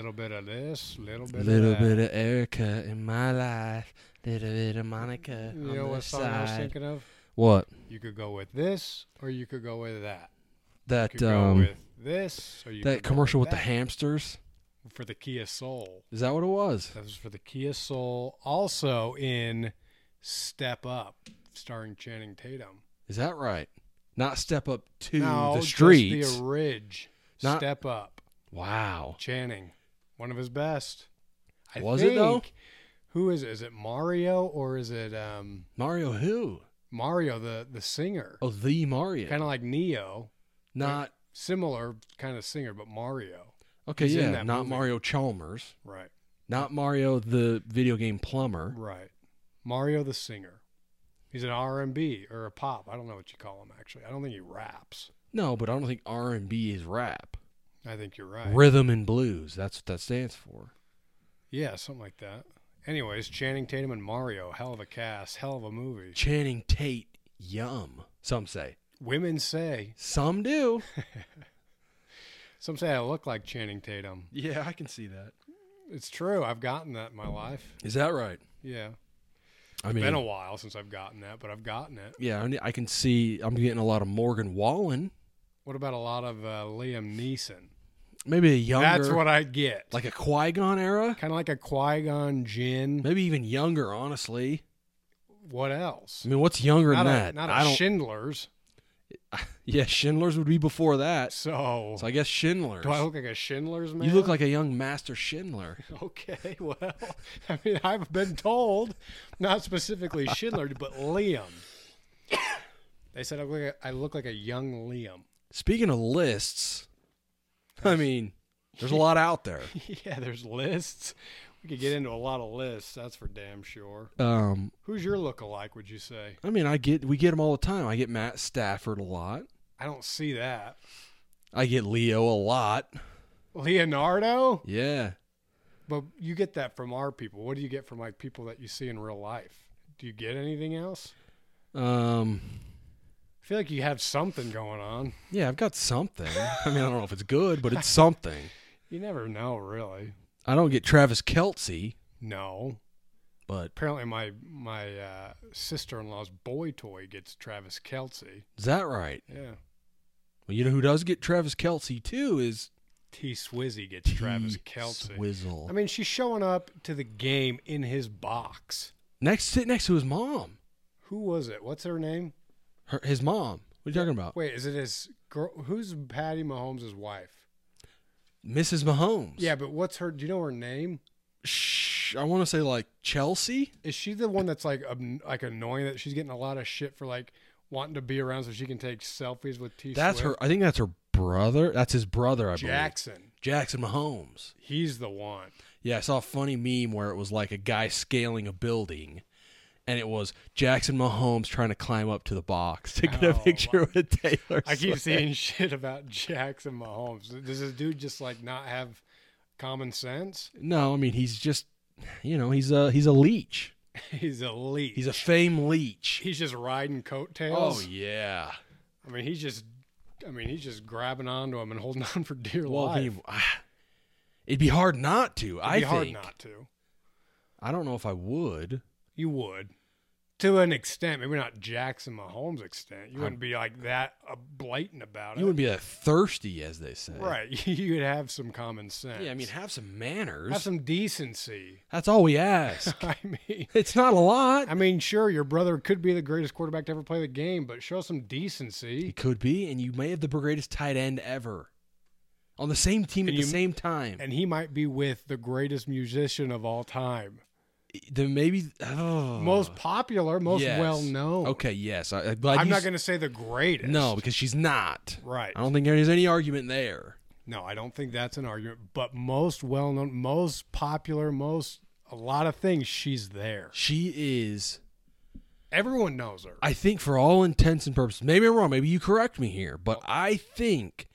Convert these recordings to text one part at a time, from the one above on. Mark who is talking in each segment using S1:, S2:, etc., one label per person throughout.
S1: little bit of this, little
S2: A
S1: bit
S2: little
S1: of that.
S2: bit of Erica in my life, little bit of Monica
S1: You
S2: on
S1: know
S2: the
S1: what song I was
S2: side.
S1: thinking of?
S2: What?
S1: You could go with this, or you could go with that. You
S2: That
S1: could go
S2: um
S1: with this, or you
S2: that
S1: could go
S2: commercial with the
S1: that.
S2: hamsters?
S1: for the Kia Soul.
S2: Is that what it was?
S1: That was for the Kia Soul. Also in Step Up, starring Channing Tatum.
S2: Is that right? Not step up to
S1: no,
S2: the
S1: just
S2: streets.
S1: the Ridge.
S2: Not-
S1: Step Up,
S2: wow.
S1: Channing, one of his best. I
S2: Was
S1: think,
S2: it, though?
S1: Who is it? Is it Mario or is it um,
S2: Mario who?
S1: Mario the the singer?
S2: Oh, the Mario.
S1: Kind of like Neo,
S2: not
S1: similar kind of singer, but Mario.
S2: okay,
S1: He's in
S2: yeah,
S1: that
S2: not
S1: movie.
S2: Mario Chalmers,
S1: Right,
S2: not Mario the video game plumber.
S1: right. Mario the singer. He's an R and B or a pop. I don't know what you call him actually. I don't think he raps.
S2: No, but I don't think R&B is rap.
S1: I think you're right.
S2: Rhythm and blues, that's what that stands for.
S1: Yeah, something like that. Anyways, Channing Tatum and Mario, hell of a cast, hell of a movie.
S2: Channing Tate, yum. Some say.
S1: Women say,
S2: Some do.
S1: some say I look like Channing Tatum.
S2: yeah, I can see that.
S1: It's true. I've gotten that in my life.
S2: Is that right?
S1: Yeah.
S2: I mean,
S1: Been a while since I've gotten that, but I've gotten it.
S2: yeah, I ne- I can see I'm getting a lot of Morgan Wallen,
S1: What about a lot of uh, Liam Neeson?
S2: maybe a younger
S1: That's what I get.
S2: like a Qui-Gon era,
S1: kind of like a Qui Gon Jinn.
S2: maybe even younger, honestly.
S1: What else?
S2: I mean, what's younger
S1: Not
S2: than
S1: a,
S2: that?
S1: not
S2: I
S1: a
S2: don't
S1: Schindler's.
S2: Yeah, Schindler's would be before that.
S1: So,
S2: So I guess Schindler's.
S1: do I look like a Schindler's man?
S2: you look like a young Master Schindler.
S1: Okay, well, I mean, I've been told, not specifically Schindler, but Liam. They said I look like, I look like a young Liam.
S2: Speaking of lists, I mean, there's a lot out there.
S1: yeah, there's lists. We could get into a lot of lists. That's for damn sure.
S2: Um,
S1: Who's your look-alike? Would you say?
S2: I mean, I get we get them all the time. I get Matt Stafford a lot.
S1: I don't see that.
S2: I get Leo a lot.
S1: Leonardo,
S2: Yeah.
S1: but you get that from our people. What do you get from like people that you see in real life? Do you get anything else?
S2: Um,
S1: I feel like you have something going on.
S2: yeah, I've got something. I mean, I don't know if it's good, but it's something.
S1: You never know, really.
S2: I don't get Travis Kelsey,
S1: No,
S2: but
S1: apparently my my uh, sister-in-law's boy toy gets Travis Kelsey.
S2: is that right?
S1: Yeah,
S2: Well, you know who does get Travis Kelsey too is
S1: T Swizzy gets Travis
S2: T.
S1: Kelsey.
S2: Swizzle.
S1: I mean, she's showing up to the game in his box.
S2: next, sit next to his mom.
S1: Who was it? What's her name?
S2: Her, his mom. What are you talking about?
S1: Wait, is it his girl? Who's Patty Mahomes' wife?
S2: Mrs. Mahomes.
S1: Yeah, but what's her? Do you know her name?
S2: Shh, I want to say like Chelsea.
S1: Is she the one that's like um, like annoying that she's getting a lot of shit for like wanting to be around so she can take selfies with T?
S2: That's her.
S1: Swift?
S2: I think that's her brother. That's his brother. I
S1: Jackson.
S2: believe. Jackson Mahomes.
S1: He's the one.
S2: Yeah, I saw a funny meme where it was like a guy scaling a building, and it was Jackson Mahomes trying to climb up to the box to get a
S1: Oh,
S2: picture with Taylor.
S1: I keep
S2: Swift.
S1: seeing shit about Jackson Mahomes. Does this dude just like not have common sense?
S2: No, I mean he's just, you know, he's a he's a leech.
S1: He's elite.
S2: He's a fame leech.
S1: he's just riding coattails.
S2: Oh yeah.
S1: I mean, he's just. I mean, he's just grabbing onto him and holding on for dear
S2: Well,
S1: life.
S2: he, ah, it'd be hard not to. I
S1: It'd be hard
S2: think.
S1: not to.
S2: I don't know if I would.
S1: You would, to an extent. Maybe not Jackson Mahomes extent. You wouldn't be like that uh, blatant about
S2: You
S1: it.
S2: wouldn't be that thirsty, as they say.
S1: right? You'd have some common sense.
S2: Yeah, I mean, have some manners.
S1: have some decency.
S2: That's all we ask.
S1: I mean,
S2: it's not a lot.
S1: I mean, sure, your brother could be the greatest quarterback to ever play the game, but show some decency.
S2: It could be, and you may have the greatest tight end ever on the same team at
S1: And
S2: the
S1: you-
S2: same time.
S1: And he might be with the greatest musician of all time,
S2: then maybe oh,
S1: most popular, most
S2: yes.
S1: well known.
S2: Okay, yes. I, I'm, glad
S1: I'm
S2: you
S1: not
S2: s-
S1: going to say the greatest.
S2: No, because she's not.
S1: Right.
S2: I don't think there's any argument there.
S1: No, I don't think that's an argument. But most well known, most popular, most a lot of things, she's there.
S2: She is.
S1: Everyone knows her.
S2: I think for all intents and purposes, maybe I'm wrong, maybe you correct me here, but I think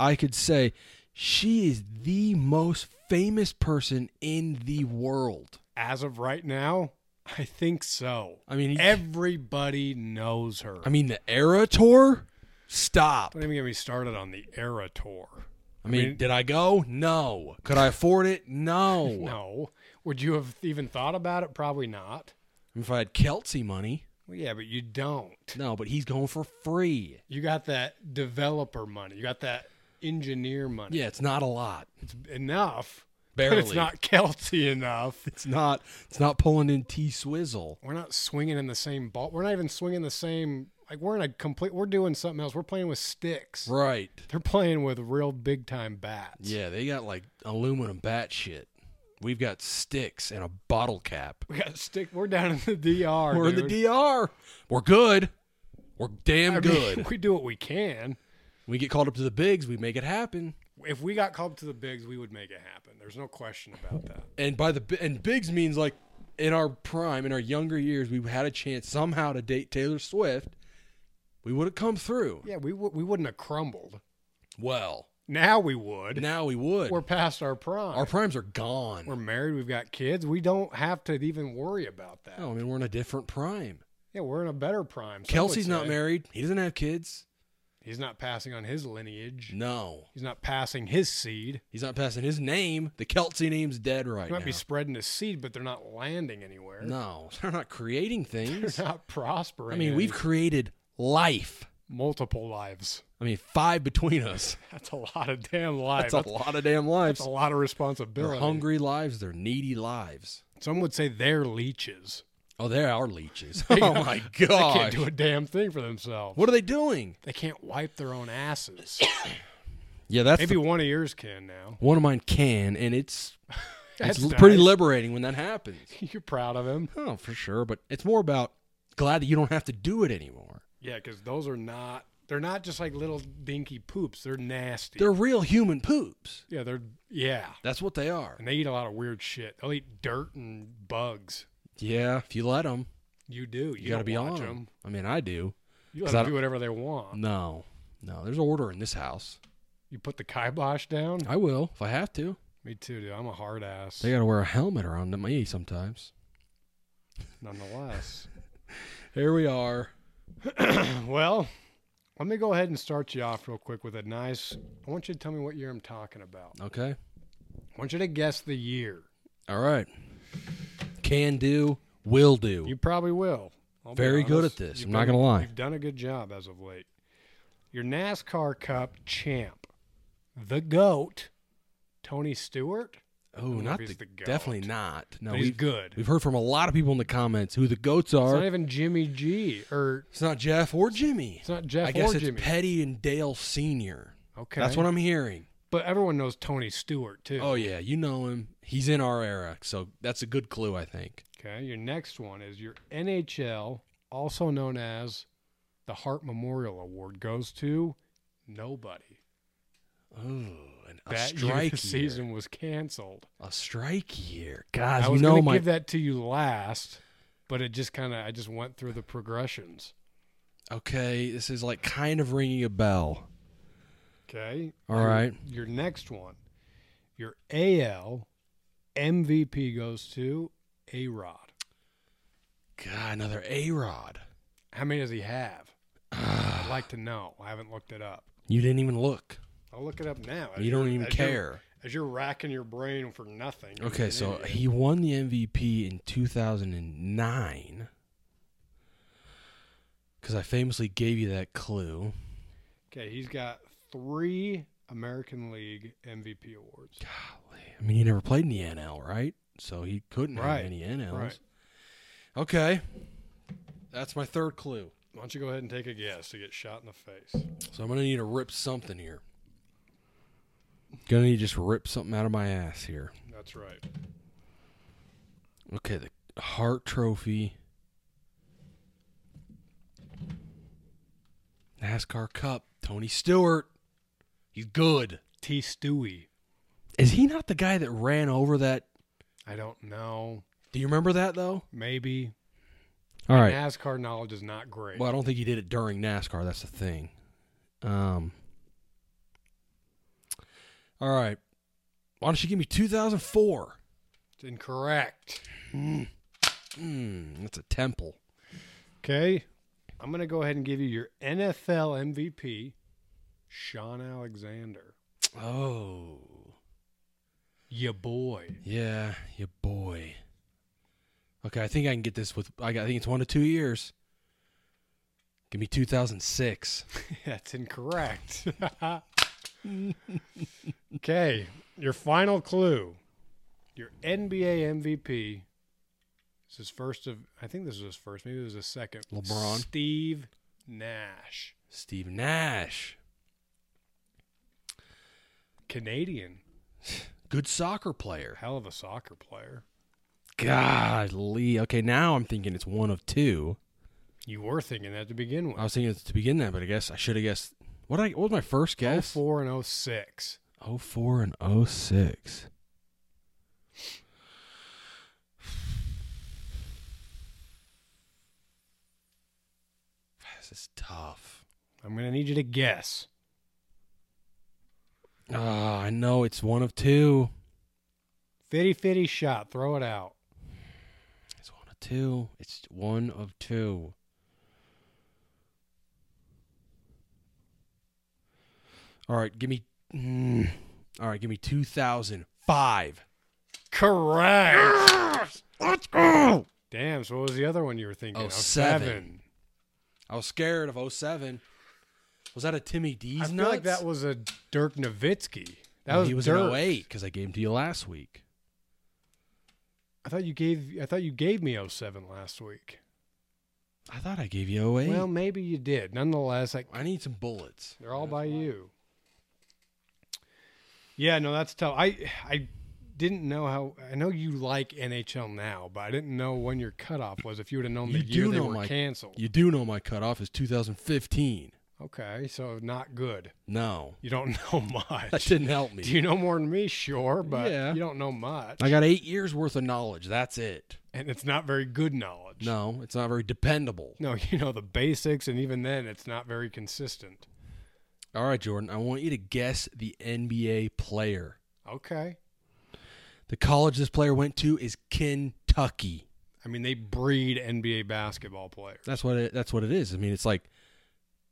S2: I could say she is the most famous person in the world.
S1: As of right now, I think so.
S2: I mean,
S1: Everybody knows her.
S2: I mean the Era Tour. Stop.
S1: Don't even get me started on the Era Tour.
S2: I I mean,
S1: mean-
S2: did I go? No. Could I afford it? No.
S1: No. Would you have even thought about it? Probably not.
S2: If I had Kelsey money,
S1: Well, yeah, but you don't.
S2: no. But he's going for free.
S1: You got that developer money. You got that engineer money.
S2: Yeah, it's not a lot.
S1: It's enough.
S2: Barely.
S1: But it's not Kelsey enough.
S2: It's not. It's not pulling in T Swizzle.
S1: We're not swinging in the same ball. We're not even swinging the same. Like we're in a complete. We're doing something else. We're playing with sticks.
S2: Right.
S1: They're playing with real big time bats.
S2: Yeah, they got like aluminum bat shit. We've got sticks and a bottle cap.
S1: We got stick. We're down in the DR.
S2: We're
S1: dude.
S2: in the DR. We're good. We're damn
S1: I mean,
S2: good.
S1: we do what we can.
S2: we get called up to the bigs. We make it happen.
S1: If we got called to the bigs, we would make it happen. There's no question about that.
S2: and by the bi- and bigs means like in our prime in our younger years we had a chance somehow to date taylor swift we would have come through
S1: Yeah, we w- we wouldn't have crumbled.
S2: well
S1: Now we would.
S2: now we would
S1: We're past our prime.
S2: our primes are gone
S1: we're married. We've got kids. We don't have to even worry about that.
S2: no, i mean we're in a different prime
S1: Yeah, we're in a better prime. some
S2: kelsey's
S1: would
S2: not
S1: say.
S2: married he doesn't have kids
S1: He's not passing on his lineage.
S2: no
S1: He's not passing his seed.
S2: he's not passing his name the kelsey name's dead right
S1: He might
S2: now
S1: be spreading his seed, but they're not landing anywhere.
S2: no they're not creating
S1: They're
S2: things
S1: not prospering.
S2: i mean we've
S1: any-
S2: created life
S1: multiple lives.
S2: i mean five between us
S1: That's a lot of damn lives.
S2: that's a
S1: That's,
S2: lot of damn
S1: that's
S2: lives
S1: a lot of
S2: they're
S1: responsibility.
S2: hungry lives they're needy lives
S1: Some would say they're leeches.
S2: Oh, they are leeches. oh my
S1: They
S2: god!
S1: can't do a damn thing for themselves.
S2: What are they doing?
S1: They can't wipe their own asses.
S2: Yeah, that's
S1: Maybe
S2: the-
S1: one of yours can now.
S2: one of mine can, and it's
S1: That's
S2: it's l- pretty
S1: nice.
S2: liberating when that happens.
S1: You're proud of him.
S2: Oh, for sure. But it's more about glad that you don't have to do it anymore.
S1: Yeah, because those are not. They're not just like little dinky poops. They're nasty.
S2: They're real human poops.
S1: yeah, they're yeah,
S2: That's what they are.
S1: and they eat a lot of weird shit. They'll eat dirt and bugs.
S2: Yeah, if you let them,
S1: You do. You,
S2: you, got to
S1: don't
S2: be
S1: watch
S2: on
S1: 'em.
S2: them. I mean, I do.
S1: You
S2: 'Cause
S1: let
S2: I
S1: them
S2: don't-
S1: do whatever they want.
S2: No, no. There's order in this house.
S1: You put the kibosh down.
S2: I will if I have to.
S1: Me too, dude. I'm a hard ass.
S2: They got to wear a helmet around me sometimes.
S1: nonetheless.
S2: Here we are.
S1: well, let me go ahead and start you off real quick with a nice. I want you to tell me what year I'm talking about.
S2: Okay.
S1: I want you to guess the year.
S2: All right. Can do. Will do.
S1: You probably will. I'll be
S2: Very good
S1: honest.
S2: at this.
S1: You've
S2: I'm not
S1: done-
S2: gonna lie.
S1: You've done a good job as of late. Your NASCAR Cup champ, the goat, Tony Stewart.
S2: Oh,
S1: don't know
S2: not
S1: if
S2: the,
S1: he's the
S2: definitely
S1: goat.
S2: not. No,
S1: but he's
S2: we've,
S1: good.
S2: we've heard from a lot of people in the comments who the goats
S1: It's
S2: are.
S1: not even Jimmy G or
S2: Jeff or Jimmy.
S1: it's not Jeff
S2: I guess
S1: or
S2: it's
S1: Jimmy.
S2: Petty and Dale Senior.
S1: okay,
S2: That's what I'm hearing.
S1: But everyone knows Tony Stewart too.
S2: Oh yeah, you know him. He's in our era, so that's a good clue, I think.
S1: Okay, your next one is your NHL, also known as the Hart Memorial Award, goes to nobody.
S2: Oh, and a
S1: that year
S2: strike
S1: the
S2: year.
S1: season was canceled.
S2: A strike year. God,
S1: I
S2: you
S1: was
S2: know
S1: gonna
S2: my.
S1: give that to you last, but it just kind of I just went through the progressions.
S2: okay, this is like kind of ringing a bell.
S1: Okay,
S2: All
S1: Your-
S2: right.
S1: Your next one, your AL MVP goes to A Rod.
S2: God, another A Rod.
S1: How many does he have? I'd like to know. I haven't looked it up.
S2: You didn't even look.
S1: I'll look it up now.
S2: You don't even
S1: As you're-
S2: care.
S1: as you're racking your brain for nothing. you're
S2: Okay,
S1: an
S2: so
S1: idiot.
S2: he won the MVP in 2009 because I famously gave you that clue.
S1: okay, he's got three American League MVP awards.
S2: Golly, I mean, he never played in the NL, right? So he couldn't
S1: Right,
S2: have any NLs.
S1: right.
S2: Okay, that's my third clue.
S1: Why don't you go ahead and take a guess to get shot in the face?
S2: So I'm gonna need to rip something here. Gonna need to just rip something out of my ass here.
S1: That's right.
S2: Okay, the Hart Trophy, NASCAR Cup, Tony Stewart. He's good.
S1: T. Stewie.
S2: Is he not the guy that ran over that?
S1: I don't know.
S2: Do you remember that though?
S1: Maybe
S2: All right.
S1: NASCAR knowledge is not great.
S2: Well, I don't think he did it during NASCAR. That's the thing. Um. All right. Why don't you give me 2004?
S1: It's incorrect.
S2: Mm, Hmm. that's a temple.
S1: Okay, I'm gonna go ahead and give you your NFL MVP, Sean Alexander.
S2: Oh.
S1: Your boy.
S2: Yeah, your boy. Okay, I think I can get this with. I, got- I think it's one to two years. Give me 2006.
S1: That's incorrect. okay, your final clue. Your NBA MVP. This is first of. I think this was his first. Maybe this was his second.
S2: LeBron.
S1: Steve Nash,
S2: Steve Nash.
S1: Canadian,
S2: Good soccer player.
S1: hell of a soccer player.
S2: God, Lee. Okay, now I'm thinking it's one of two.
S1: You were thinking that to begin
S2: I
S1: with.
S2: was thinking it's to begin that, but I guess I should have guessed. What I what was my first
S1: Oh
S2: guess?
S1: four and oh six.
S2: Oh four and oh six. This is tough.
S1: I'm gonna need you to guess.
S2: Ah, I know it's one of two.
S1: 50-50 shot. Throw it out.
S2: It's one of two. It's one of two. All right, give me. mm, all right, give me two thousand five.
S1: Correct.
S2: Let's go.
S1: Damn. So what was the other one you were thinking?
S2: Oh,
S1: of?
S2: seven.
S1: seven.
S2: I was scared of 07. Was that a Timmy D's
S1: I feel like that was a Dirk Nowitzki. That was
S2: he was oh
S1: Dirk.
S2: an 08 because I gave him to you last week.
S1: I thought you gave I thought you gave me 07 last week.
S2: I thought I gave you 08.
S1: Well, maybe you did. Nonetheless, I,
S2: I need some bullets.
S1: they're all by you. Yeah, no, that's tough. I I didn't know how. I know you like NHL now, but I didn't know when your cutoff was. If you would have known
S2: You
S1: the year
S2: do
S1: they
S2: know
S1: were
S2: my-
S1: canceled.
S2: You do know my cutoff is 2015.
S1: Okay, so not good.
S2: No,
S1: You don't know
S2: that
S1: much.
S2: didn't help me.
S1: Do you know more than me? Sure, but
S2: Yeah.
S1: you don't know much,
S2: I got eight years worth of knowledge. That's it.
S1: and it's not very good knowledge.
S2: No, it's not very dependable.
S1: No, you know the basics, and even then, it's not very consistent.
S2: All right, Jordan, I want you to guess the NBA player.
S1: Okay.
S2: The college this player went to is Kentucky.
S1: I mean, they breed NBA basketball players.
S2: That's what it, that's what it is. I mean, it's like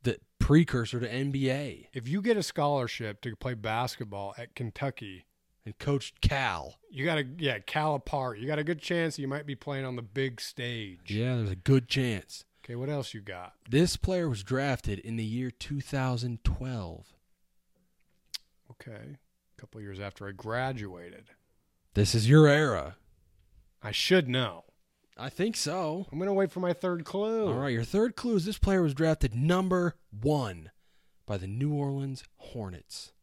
S2: the precursor to NBA.
S1: If you get a scholarship to play basketball at Kentucky,
S2: and Coach Cal.
S1: you got to, yeah, Cal apart. You got a good chance you might be playing on the big stage.
S2: Yeah, there's a good chance.
S1: Okay, what else you got?
S2: This player was drafted in the year 2012.
S1: Okay. A couple years after I graduated.
S2: This is your era.
S1: I should know.
S2: I think so.
S1: I'm going to wait for my third clue.
S2: All right, your third clue is this player was drafted number one by the New Orleans Hornets.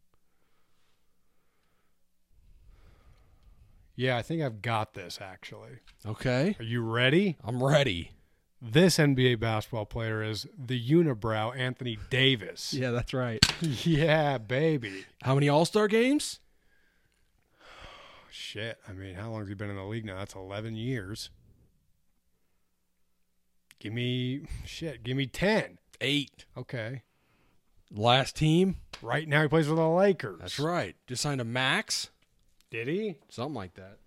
S1: Yeah, I think I've got this, actually.
S2: Okay,
S1: Are you ready?
S2: I'm ready.
S1: This NBA basketball player is the unibrow Anthony Davis.
S2: Yeah, that's right.
S1: yeah baby.
S2: How many All Star games?
S1: Shit. I mean, how long has he been in the league now? That's 11 years. Give me, shit, give me 10.
S2: Eight.
S1: Okay.
S2: Last team?
S1: Right now he plays with the Lakers.
S2: That's right. Just signed a max,
S1: Did he?
S2: something like that.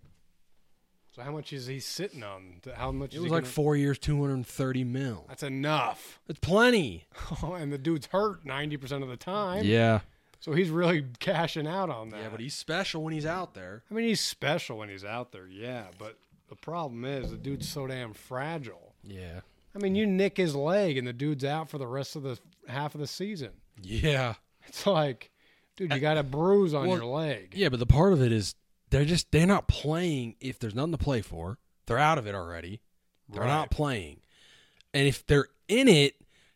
S1: So how much is he sitting on? How much
S2: It
S1: is
S2: was
S1: he
S2: like
S1: gonna-
S2: four years, 230 mil.
S1: That's enough.
S2: That's plenty.
S1: and the dude's hurt 90% of the time.
S2: Yeah.
S1: So he's really cashing out on that.
S2: Yeah, but he's special when he's out there.
S1: I mean, he's special when he's out there, yeah. But the problem is the dude's so damn fragile.
S2: Yeah.
S1: I mean, you nick his leg and the dude's out for the rest of the half of the season.
S2: Yeah.
S1: It's like, dude, you got a bruise on
S2: Well,
S1: your leg.
S2: Yeah, but the part of it is they're just they're not playing if there's nothing to play for. They're out of it already. They're not
S1: Right.
S2: playing. And if they're in it,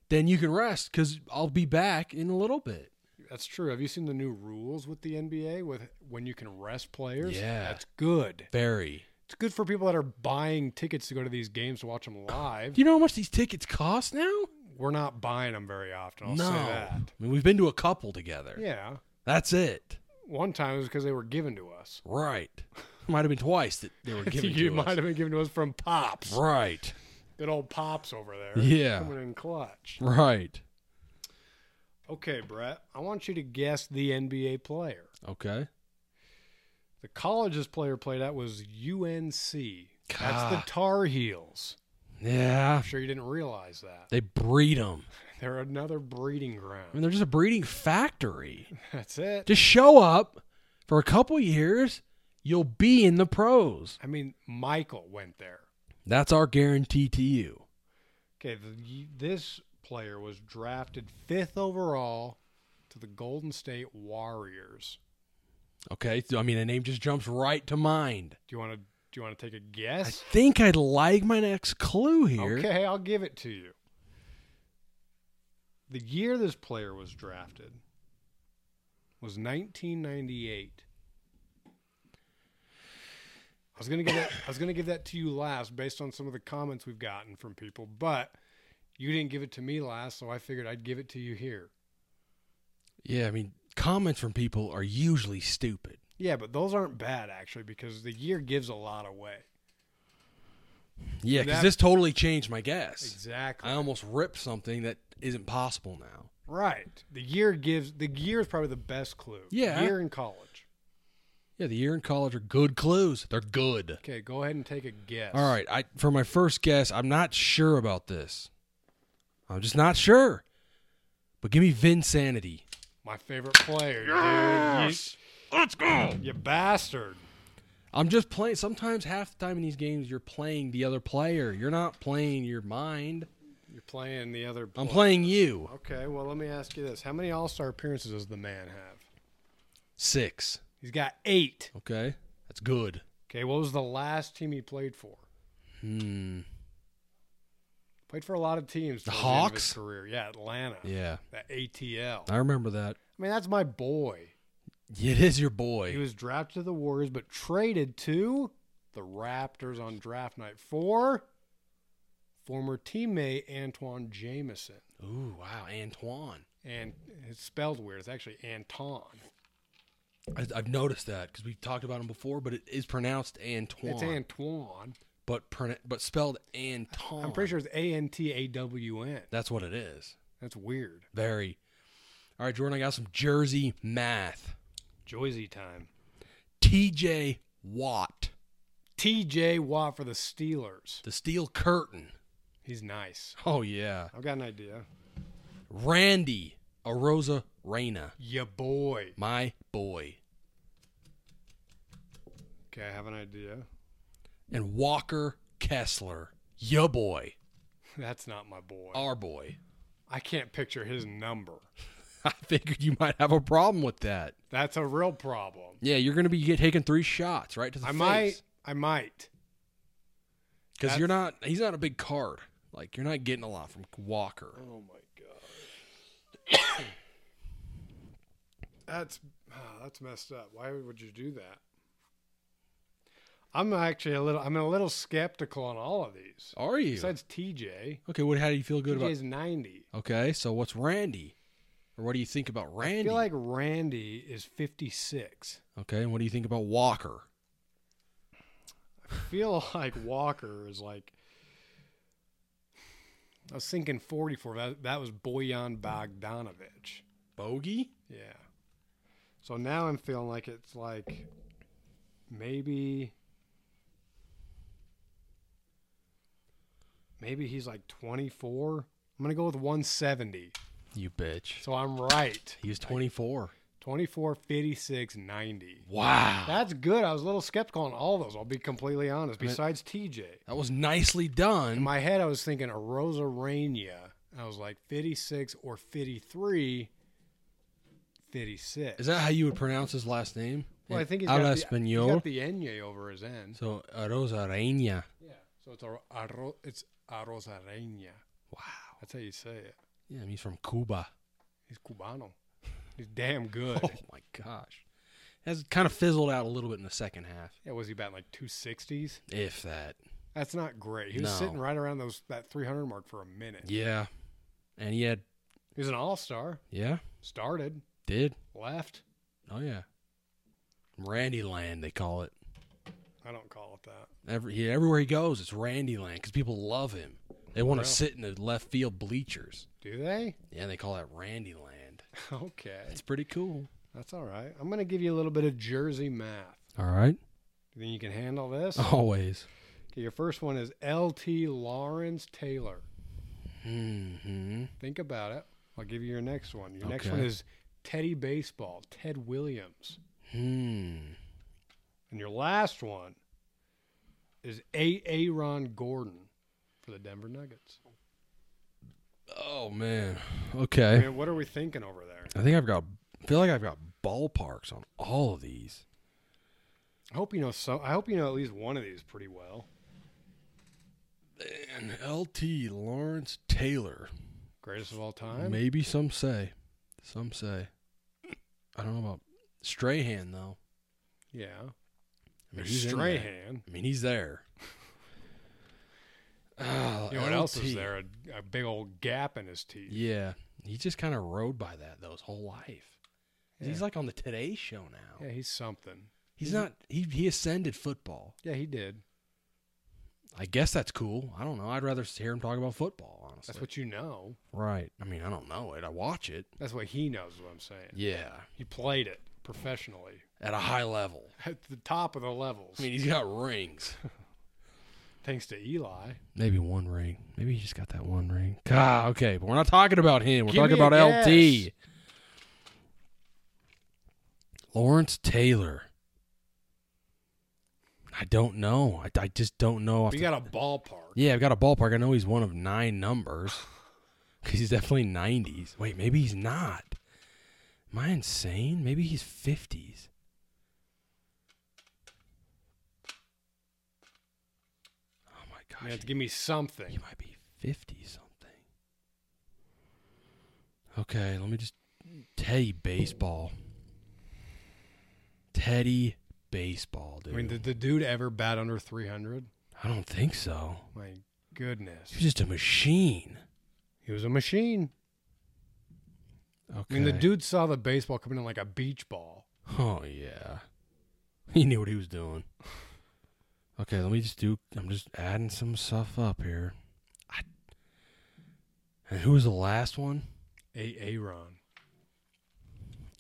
S2: then you can rest cuz I'll be back in a little bit.
S1: That's true. Have you seen the new rules with the NBA with when you can rest players?
S2: Yeah.
S1: That's good.
S2: Very.
S1: It's good for people that are buying tickets to go to these games to watch them live.
S2: You know how much these tickets cost now?
S1: We're not buying them very often. I'll
S2: no.
S1: say
S2: I
S1: that.
S2: mean, we've been to a couple together.
S1: Yeah.
S2: That's it.
S1: One time it was because they were given to us.
S2: Right. Might have been twice that they were giving
S1: you
S2: to
S1: might
S2: us.
S1: have been given to us from Pops.
S2: Right.
S1: Good old Pops over there.
S2: Yeah.
S1: Coming in clutch.
S2: Right.
S1: Okay, Brett, I want you to guess the NBA player.
S2: Okay.
S1: The college this player played at was UNC. That's the
S2: God.
S1: Tar Heels.
S2: Yeah.
S1: I'm sure you didn't realize that.
S2: They breed them.
S1: They're another breeding
S2: I mean,
S1: ground.
S2: they're just a breeding factory.
S1: That's it.
S2: Just show up for a couple years, you'll be in the pros.
S1: I mean, Michael went there.
S2: That's our guarantee to you.
S1: Okay, the, this player was drafted fifth overall to the Golden State Warriors.
S2: Okay, so, I mean, a name just jumps right to mind.
S1: Do you want to? Do you want to take a
S2: I
S1: guess?
S2: think I'd like my next clue here.
S1: Okay, I'll give it to you. The year this player was drafted was 1998. I was gonna give that, I was gonna give that to you last, based on some of the comments we've gotten from people, but you didn't give it to me last, so I figured I'd give it to you here.
S2: Yeah, I mean, comments from people are usually stupid.
S1: Yeah, but those aren't bad actually, because the year gives a lot away.
S2: Yeah, because
S1: That-
S2: this totally changed my guess.
S1: Exactly.
S2: I almost ripped something that isn't possible now.
S1: right. The year gives. The year is probably the best clue.
S2: Yeah.
S1: Year in college.
S2: Yeah, the year in college are good clues. They're good.
S1: Okay, go ahead and take a guess.
S2: All right, I for my first guess, I'm not sure about this. I'm just not sure. But give me Vin Sanity.
S1: My favorite player, yes!
S2: Let's go.
S1: dude. You, you bastard.
S2: I'm just playing. Sometimes half the time in these games, you're playing the other player. You're not playing your mind.
S1: You're playing the other.
S2: I'm
S1: player.
S2: playing you.
S1: Okay, well, let me ask you this: How many All Star appearances does the man have?
S2: Six.
S1: He's got eight.
S2: Okay, that's good.
S1: Okay, what was the last team he played for?
S2: Hmm.
S1: Played for a lot of teams.
S2: The
S1: towards end of his
S2: Hawks?
S1: career, yeah, Atlanta,
S2: Yeah,
S1: that ATL. I
S2: I remember that.
S1: mean, that's my boy.
S2: It is your
S1: He
S2: boy.
S1: was drafted to the Warriors, but traded to the Raptors on draft night for former teammate Antoine Jameson.
S2: Ooh, wow, Antoine.
S1: And it's spelled weird. It's actually Anton.
S2: I, I've noticed that because we've talked about him before, but it is pronounced Antoine,
S1: It's Antoine.
S2: but prona- but spelled Anton.
S1: I'm pretty sure it's A N T A W N.
S2: that's what it is.
S1: That's weird.
S2: Very. All right, Jordan, I got some Jersey math.
S1: Joyzy time.
S2: T.J. Watt,
S1: TJ Watt for the Steelers.
S2: the Steel Curtain.
S1: He's nice.
S2: Oh yeah,
S1: I've got an idea.
S2: Randy Arosa Reina,
S1: Ya boy.
S2: my boy,
S1: Okay, I have an idea.
S2: and Walker Kessler, your boy,
S1: That's not my boy.
S2: our boy.
S1: I can't picture his number.
S2: I figured you might have a problem with that.
S1: That's a real problem.
S2: Yeah, you're going to be get, taking three shots right to the
S1: I
S2: face.
S1: might. I might.
S2: because you're not. He's not a big card. Like you're not getting a lot from Walker.
S1: Oh my god. that's ah, that's messed up. Why would you do that? I'm actually a little I'm a little skeptical on all of these.
S2: Are you
S1: Besides TJ.
S2: okay? What? How do you feel good about?
S1: TJ's 90.
S2: Okay, so what's Randy? Or what do you think about
S1: I
S2: Randy?
S1: feel like Randy is 56.
S2: okay, and what do you think about Walker?
S1: I feel like Walker is like I was thinking 44. That, that was Boyan Bogdanovich.
S2: Bogey?
S1: Yeah. So now I'm feeling like it's like maybe maybe he's like 24. I'm going to go with 170.
S2: You bitch.
S1: So I'm right.
S2: He was 24.
S1: 24 56 90.
S2: Wow.
S1: That's good. I was a little skeptical on all those. I'll be completely honest.
S2: mean-
S1: Besides TJ,
S2: That was nicely
S1: in
S2: done.
S1: my head I was thinking a Rosa Rania. I was like 56 or 53 56.
S2: Is that how you would pronounce his last name?
S1: Well, I think he's
S2: Habla
S1: got, the, he's
S2: español.
S1: got the Enye over his end.
S2: so, Rosa Reina.
S1: Yeah. So it's a, arro, it's arrozareña.
S2: Wow.
S1: That's how you say it.
S2: Yeah, and he's from Cuba.
S1: He's cubano. He's damn good.
S2: Oh, my gosh. Has kind of fizzled out a little bit in the second half,
S1: Yeah, was he batting like 260s?
S2: if that.
S1: That's not great. He was
S2: No.
S1: sitting right around those that 300 mark for a minute.
S2: Yeah. And he had,
S1: He was an all-star.
S2: yeah,
S1: Started,
S2: did.
S1: left.
S2: Oh, yeah. Randy Land, they call it.
S1: I don't call it that.
S2: Every, he, everywhere he goes, it's Randy Land because people love him. They want to
S1: Really?
S2: sit in the left field bleachers.
S1: Do they?
S2: Yeah, they call that Randy Land.
S1: Okay.
S2: It's pretty cool.
S1: That's all right. I'm going to give you a little bit of Jersey math.
S2: All right.
S1: Do you think you can handle
S2: Oh.
S1: this?
S2: Always.
S1: Okay, your first one is LT Lawrence Taylor.
S2: hmm
S1: Think about it. I'll give you your next one. Your next
S2: Okay.
S1: one is Teddy Baseball, Ted Williams.
S2: Hmm.
S1: And your last one is Aaron Gordon for the Denver Nuggets.
S2: Oh man.
S1: I
S2: Okay.
S1: mean, what are we thinking over there?
S2: I think I've got. I feel like I've got ballparks on all of these.
S1: I hope you know so. I hope you know at least one of these pretty well.
S2: And LT Lawrence Taylor.
S1: Greatest of all time.
S2: Maybe some say. Some say. I don't know about Strahan though.
S1: Yeah.
S2: I mean,
S1: There's
S2: he's in there.
S1: Strahan.
S2: I mean, he's there. Oh,
S1: You know what else is
S2: LT.
S1: there? A, a big old gap in his teeth.
S2: Yeah, he just kind of rode by that though his whole life. 'Cause He's
S1: Yeah.
S2: like on the Today Show now.
S1: Yeah, he's something.
S2: He's not. He he ascended football.
S1: Yeah, he did.
S2: I guess that's cool. I don't know. I'd rather hear him talk about football, honestly.
S1: That's what you know.
S2: right. I mean, I don't know it. I watch it.
S1: That's what he knows. Is what I'm saying.
S2: Yeah,
S1: He played it professionally
S2: at a high level.
S1: at the top of the levels.
S2: I mean, he's got rings.
S1: thanks to Eli.
S2: Maybe one ring. Maybe he just got that one ring. Ah, okay. But we're not talking about him. We're
S1: Give
S2: talking
S1: me a
S2: about LT.
S1: guess.
S2: Lawrence Taylor. I don't know. I, I just don't know. off
S1: We
S2: the-
S1: got a ballpark.
S2: yeah, I've got a ballpark. I know he's one of nine numbers because he's definitely 90s. Wait, maybe he's not. Am I insane? Maybe he's 50s. Oh my gosh.
S1: You have to give me something.
S2: He might be 50 something. Okay, let me just. Teddy Baseball. Teddy Baseball,
S1: I
S2: dude. I,
S1: mean, did the dude ever bat under 300?
S2: don't think so.
S1: My goodness.
S2: He was just a machine.
S1: He was a machine.
S2: Okay.
S1: I mean, the dude saw the baseball coming in like a beach ball.
S2: Oh, yeah. He knew what he was doing. Okay, let me just do. I'm just adding some stuff up here. I, and who was the last one?
S1: A. Aaron.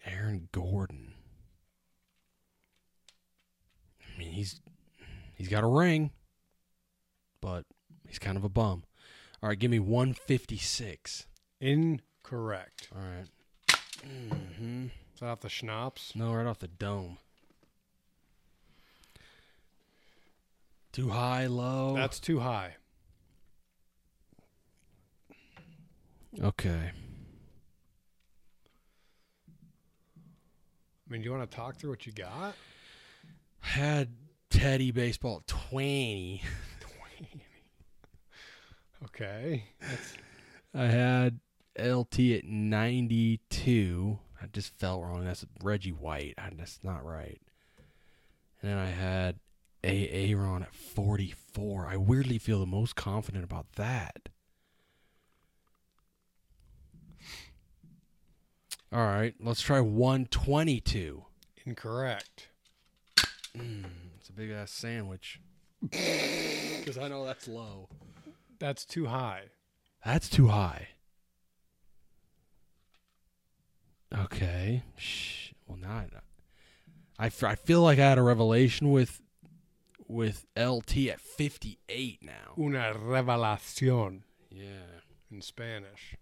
S2: Aaron Gordon. I mean, he's he's got a ring, but he's kind of a bum. All right, give me 156.
S1: Incorrect.
S2: All right. Mm-hmm.
S1: Is that off the schnapps?
S2: No, right off the dome. Too high, low.
S1: That's too high.
S2: okay.
S1: I mean, do you want to talk through what you got?
S2: Had Teddy baseball at 20.
S1: Okay.
S2: I had LT at 92. I just fell wrong. That's Reggie White. I, that's not right. And then I had A. Aaron at 44. I weirdly feel the most confident about that. All right, let's try 122.
S1: Incorrect.
S2: It's a big ass sandwich. Because I know that's low.
S1: That's too high.
S2: That's too high. Okay. Shh. Well, not. I, f- I feel like I had a revelation with with LT at 58 now.
S1: Una revelación
S2: Yeah.
S1: in Spanish.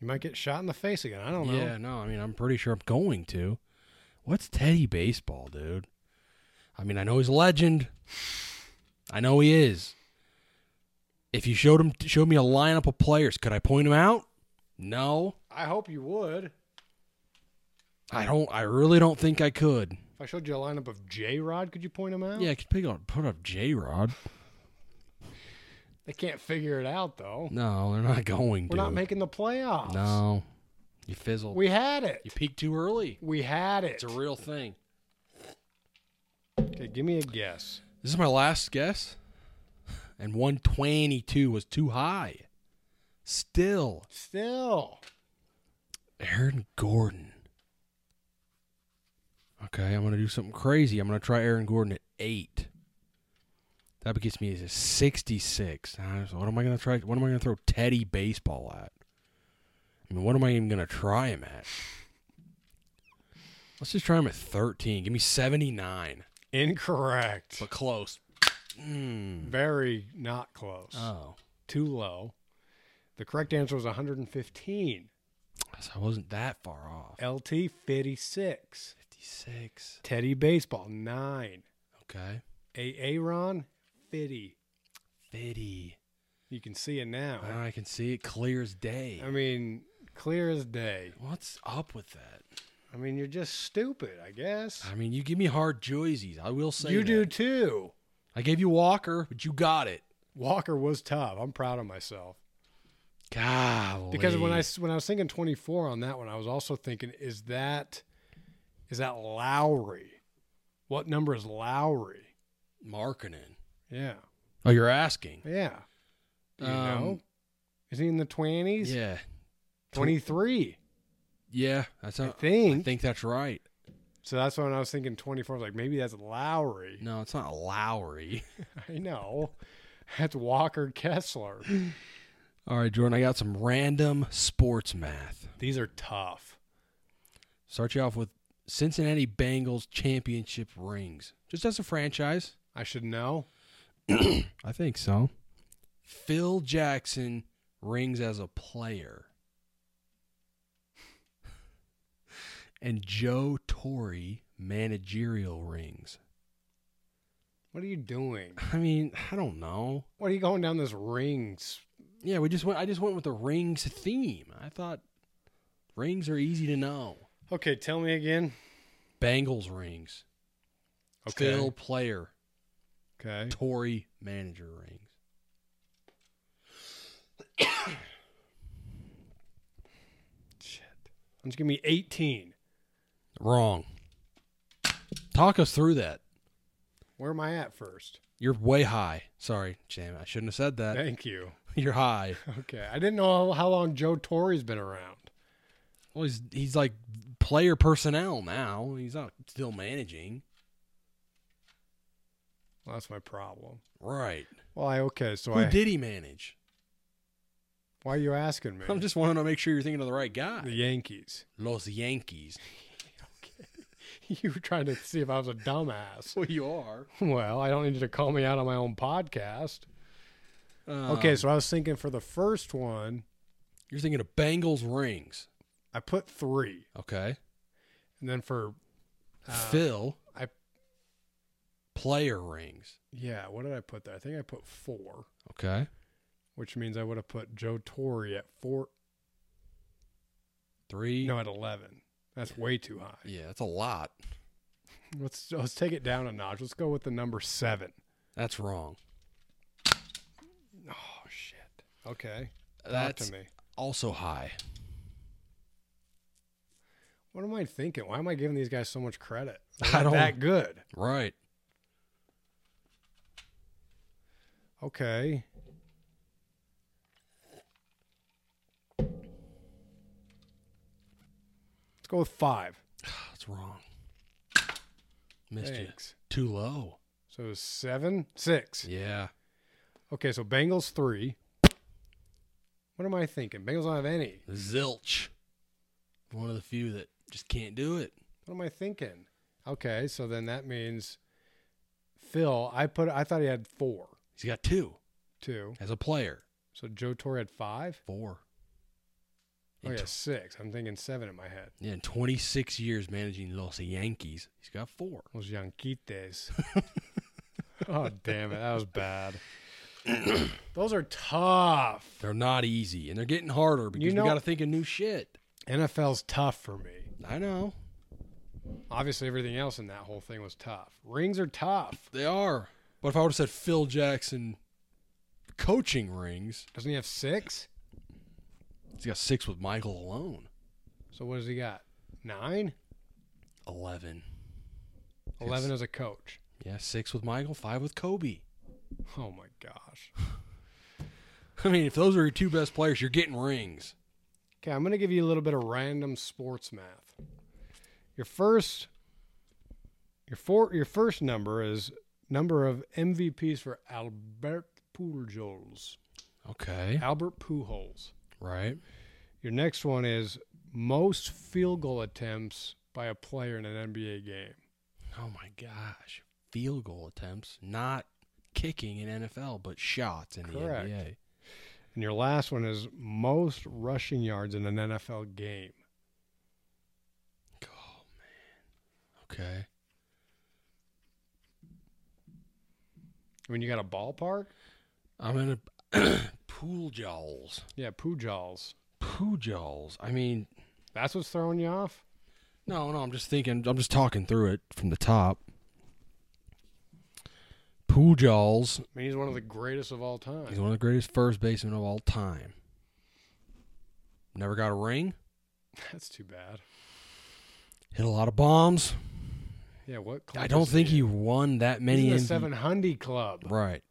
S1: You might get shot in the face again. I don't know.
S2: Yeah, no, I mean, I'm pretty sure I'm going to. What's Teddy Baseball, dude? I mean, I know he's a legend. I know he is. If you showed him showed me a lineup of players, could I point him out? No.
S1: I hope you would. If
S2: I don't I really don't think I could.
S1: I showed you a lineup of J Rod, could you point him out?
S2: Yeah, I could pick on put up J Rod.
S1: They can't figure it out, though.
S2: No, they're not going to.
S1: We're not making the playoffs.
S2: no, you fizzled.
S1: We had it.
S2: you peaked too early.
S1: We had it.
S2: It's a real thing.
S1: Okay, give me a guess.
S2: This is my last guess, and 122 was too high. Still,
S1: Still.
S2: Aaron Gordon. Okay, I'm gonna do something crazy. I'm gonna try Aaron Gordon at eight. That gets me to 66. Uh, so what am I gonna try? What am I gonna throw Teddy baseball at? I mean, what am I even gonna try him at? Let's just try him at 13. Give me 79.
S1: Incorrect.
S2: but close. Mm.
S1: Very not close.
S2: Oh,
S1: Too low. The correct answer was 115.
S2: so I wasn't that far off.
S1: LT 56.
S2: 56.
S1: Teddy Baseball 9.
S2: Okay.
S1: Aaron 50.
S2: 50.
S1: You can see it now.
S2: Now Ah, I can see it clear as day.
S1: I mean, clear as day.
S2: What's up with that?
S1: I mean, you're just stupid, I guess.
S2: I mean, you give me hard joysies. I will say
S1: You
S2: that.
S1: do too.
S2: I gave you Walker, but you got it.
S1: Walker was tough. I'm proud of myself.
S2: Golly.
S1: Because when I s- when I was thinking 24 on that one, I was also thinking, is that is that Lowry? What number is Lowry?
S2: Markkinen.
S1: Yeah,
S2: Oh, you're asking.
S1: yeah. Do you
S2: Um,
S1: know? Is he in the 20s?
S2: Yeah.
S1: 23,
S2: Yeah. That's
S1: I
S2: how,
S1: think.
S2: I think that's right.
S1: So that's when I was thinking 24. I was like, maybe that's Lowry.
S2: No, it's not Lowry.
S1: I know. That's Walker Kessler.
S2: All right, Jordan, I got some random sports math.
S1: These are tough.
S2: Start you off with Cincinnati Bengals championship rings. Just as a franchise.
S1: I should know.
S2: I think so. Phil Jackson rings as a player. and Joe Torre managerial rings.
S1: What are you doing?
S2: I mean, I don't know.
S1: What are you going down this rings?
S2: Yeah, we just went I just went with the rings theme. I thought rings are easy to know.
S1: Okay, tell me again.
S2: Bengals rings.
S1: Okay.
S2: Phil player.
S1: Okay.
S2: Tory manager rings.
S1: Shit. I'm just gonna be 18.
S2: Wrong. Talk us through that.
S1: Where am I at first?
S2: You're way high. Sorry, Jam. I shouldn't have said that.
S1: Thank you.
S2: You're high.
S1: Okay. I didn't know how, how long Joe Torre's been around.
S2: Well, he's he's like player personnel now. He's not still managing.
S1: Well, that's my problem.
S2: Right.
S1: Well, I okay. So
S2: Who
S1: I.
S2: did he manage?
S1: why are you asking me?
S2: I'm just wanting to make sure you're thinking of the right guy.
S1: the Yankees.
S2: Los Yankees.
S1: you were trying to see if I was a dumbass.
S2: Well, you are.
S1: Well, I don't need you to call me out on my own podcast. okay, so I was thinking for the first one,
S2: Um, you're thinking of Bengals rings.
S1: I put three,
S2: Okay.
S1: and then for Uh,
S2: Phil.
S1: I-
S2: Player rings.
S1: yeah, what did I put there? I think I put four,
S2: Okay.
S1: which means I would have put Joe Torre at four.
S2: Three.
S1: No, at eleven. That's way too high.
S2: Yeah, that's a lot.
S1: Let's let's take it down a notch. Let's go with the number seven.
S2: That's wrong.
S1: Oh shit. Okay. Talk
S2: That's
S1: to me.
S2: also high.
S1: What am I thinking? Why am I giving these guys so much credit? They're
S2: I
S1: not
S2: don't-
S1: that good.
S2: Right.
S1: Okay. Let's go with five.
S2: That's wrong. Missed you.
S1: Thanks.
S2: Too low.
S1: So seven, six.
S2: Yeah.
S1: Okay, so Bengals three. What am I thinking? Bengals don't have any.
S2: Zilch. One of the few that just can't do it.
S1: What am I thinking? Okay, so then that means Phil. I put. I thought he had four,
S2: He's got two
S1: two.
S2: as a player.
S1: So Joe Torre had five.
S2: Four.
S1: Oh
S2: In
S1: yeah,
S2: tw-
S1: six. I'm thinking seven in my head.
S2: yeah, in 26 years managing Los Yankees, he's got four.
S1: Those Yanquites. oh damn it, that was bad. Those are tough.
S2: They're not easy, and they're getting harder because
S1: know-
S2: we got to think of new shit.
S1: NFL's tough for me.
S2: I know.
S1: Obviously, everything else in that whole thing was tough. Rings are tough.
S2: They are. But if I would have said Phil Jackson coaching rings,
S1: Doesn't he have six?
S2: he's got six with Michael alone.
S1: So what does he got? Nine?
S2: 11.
S1: Eleven as a coach.
S2: Yeah, six with Michael, five with Kobe.
S1: Oh my gosh.
S2: I mean, if those are your two best players, you're getting rings.
S1: Okay, I'm gonna give you a little bit of random sports math. Your first your four your first number is number of MVPs for Albert Pujols.
S2: Okay.
S1: Albert Pujols.
S2: Right.
S1: Your next one is most field goal attempts by a player in an NBA game.
S2: Oh my gosh. field goal attempts, not kicking in NFL, but shots in
S1: Correct.
S2: the NBA.
S1: And your last one is most rushing yards in an NFL game.
S2: Oh man. Okay.
S1: I mean, you got a ballpark?
S2: I'm in a pool jowls.
S1: Yeah, Pujols.
S2: Pujols. I mean,
S1: That's what's throwing you off?
S2: no, no. I'm just thinking. I'm just talking through it from the top. Pujols.
S1: I mean, he's one of the greatest of all
S2: He's
S1: time.
S2: one of the greatest first basemen of all time. Never got a ring.
S1: That's too bad.
S2: Hit a lot of bombs.
S1: Yeah, what club
S2: I don't
S1: is
S2: think
S1: in?
S2: he won that
S1: He's
S2: many.
S1: in the
S2: NBA
S1: seven hundred club.
S2: Right.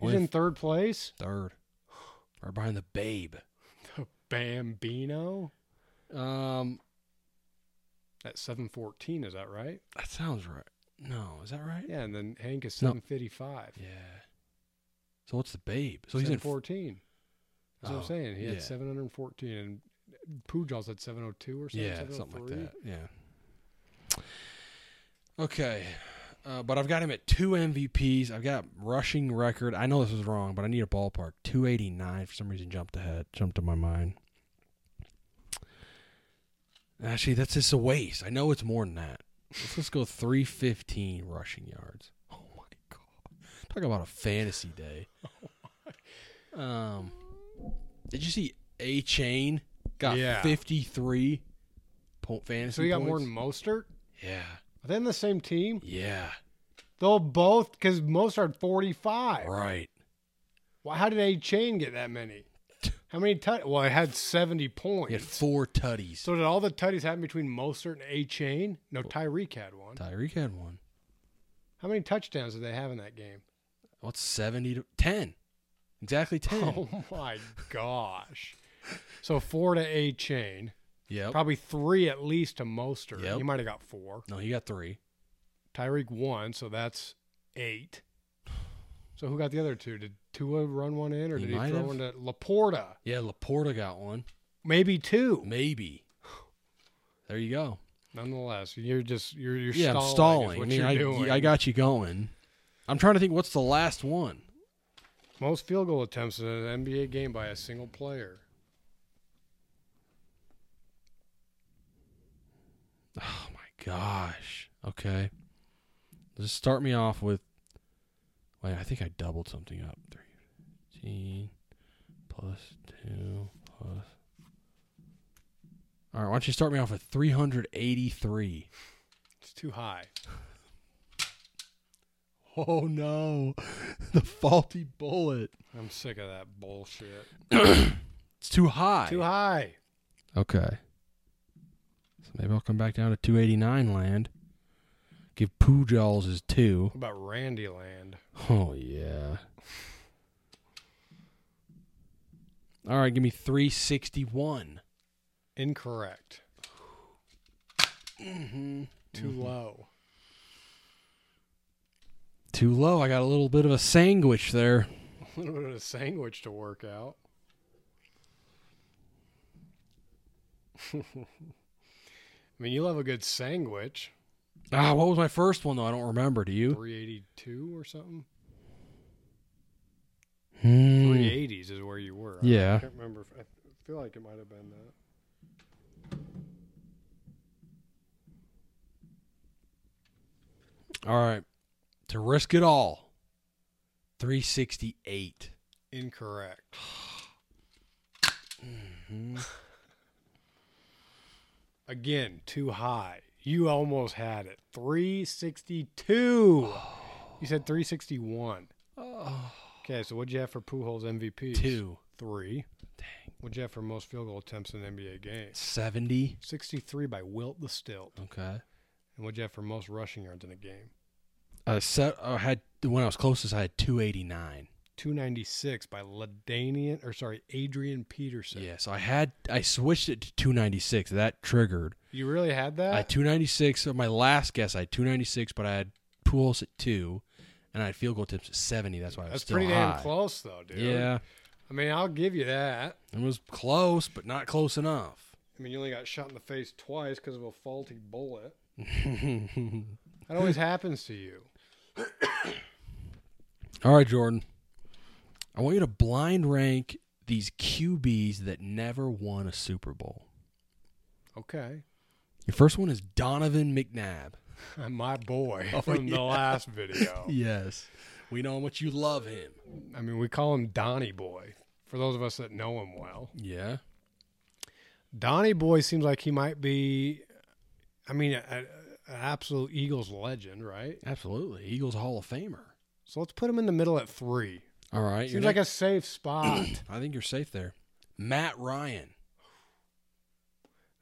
S1: He's
S2: Only
S1: in third place.
S2: third. Right behind the Babe.
S1: The Bambino
S2: Um,
S1: at seven fourteen. Is that right?
S2: that sounds right. No, is that right?
S1: Yeah, and then Hank is
S2: No.
S1: seven fifty five.
S2: Yeah. So what's the Babe? So he's in fourth.
S1: fourteen. That's what
S2: Oh,
S1: I'm saying. He
S2: yeah.
S1: had seven hundred fourteen, and Pujols had seven oh hundred two or something.
S2: Yeah,
S1: 703.
S2: something like that. Yeah. Okay. Uh, but I've got him at two MVPs. I've got rushing record. I know this is wrong, but I need a ballpark. 289 for some reason jumped ahead, jumped to my mind. Actually, that's just a waste. I know it's more than that. Let's just go 315 rushing yards. Oh my god. Talk about a fantasy day.
S1: Oh
S2: Um Did you see A Chain got
S1: Yeah.
S2: 53 po- fantasy
S1: So he got
S2: points?
S1: more than Mostert.
S2: Yeah.
S1: Are they in the same team?
S2: Yeah.
S1: They'll both because Mostert had forty five.
S2: Right.
S1: Why? How did A Chain get that many? How many? T- well, it had seventy points.
S2: He had four tutties.
S1: So did all the tutties happen between Mostert and A Chain? No, Tyreek had one.
S2: Tyreek had one.
S1: How many touchdowns did they have in that game?
S2: What's 70 to 10? Exactly 10.
S1: Oh my gosh! So four to A Chain,
S2: yep.
S1: probably three at least to Mostert.
S2: Yep.
S1: He might have got four.
S2: No, he got 3.
S1: Tyreek one, so that's eight. So who got the other two? Did Tua run one in, or
S2: He
S1: did he
S2: might
S1: throw
S2: have.
S1: one to Laporta?
S2: Yeah, Laporta got one.
S1: Maybe two.
S2: Maybe. There you go.
S1: Nonetheless, you're just you're you're
S2: yeah,
S1: stalling.
S2: I'm
S1: is
S2: stalling. I
S1: what
S2: mean,
S1: you're
S2: I,
S1: doing.
S2: I got you going. I'm trying to think what's the last one.
S1: Most field goal attempts in an NBA game by a single player.
S2: Oh my gosh. Okay. Just start me off with. Wait, I think I doubled something up. 13 plus 2 plus. All right, why don't you start me off with 383?
S1: It's too high.
S2: Oh no. the faulty bullet.
S1: I'm sick of that bullshit.
S2: It's too high.
S1: Too high.
S2: Okay. So maybe I'll come back down to 289 land. Give Pujols his two.
S1: What about Randy Land?
S2: Oh yeah. All right, give me 361.
S1: Incorrect.
S2: Mm-hmm.
S1: Too low.
S2: Too low. I got a little bit of a sandwich there.
S1: A little bit of a sandwich to work out. I mean, you love a good sandwich.
S2: Ah, what was my first one though? I don't remember. Do you?
S1: 382 or something?
S2: Hmm.
S1: 380s is where you were. I-
S2: Yeah.
S1: I can't remember. if- I feel like it might have been that.
S2: All right. To risk it all. 368.
S1: Incorrect.
S2: Hmm.
S1: Again, too high. You almost had it. 362. You said 361.
S2: Oh,
S1: Okay, so what'd you have for Pujols MVP?
S2: two.
S1: Three.
S2: Dang.
S1: What'd you have for most field goal attempts in an NBA game?
S2: 70.
S1: 63 by Wilt the Stilt.
S2: Okay.
S1: And what'd you have for most rushing yards in a game?
S2: I set. I had when I was closest. I had 289.
S1: 296 by Ladanian, or sorry, Adrian Peterson.
S2: Yeah, so I had I switched it to 296. That triggered.
S1: You really had that?
S2: I had 296. So my last guess, I had 296, but I had pools at two, and I had field goal tips at 70. That's why I was
S1: That's
S2: still
S1: pretty
S2: high.
S1: damn close, though, dude.
S2: Yeah,
S1: I mean, I'll give you that.
S2: it was close, but not close enough.
S1: I mean, you only got shot in the face twice because of a faulty bullet.
S2: All
S1: That always happens to you.
S2: All right, Jordan. I want you to blind rank these QBs that never won a Super Bowl.
S1: Okay.
S2: Your first one is Donovan McNabb.
S1: My boy
S2: Oh,
S1: from
S2: yeah.
S1: the last video.
S2: Yes. We know how much you love him.
S1: I mean, we call him Donnie Boy for those of us that know him well.
S2: Yeah.
S1: Donnie Boy seems like he might be, I mean, a- a- an absolute Eagles legend, right?
S2: Absolutely. Eagles Hall of Famer.
S1: So let's put him in the middle at three.
S2: All right.
S1: Seems like a safe spot.
S2: I think you're safe there. Matt Ryan.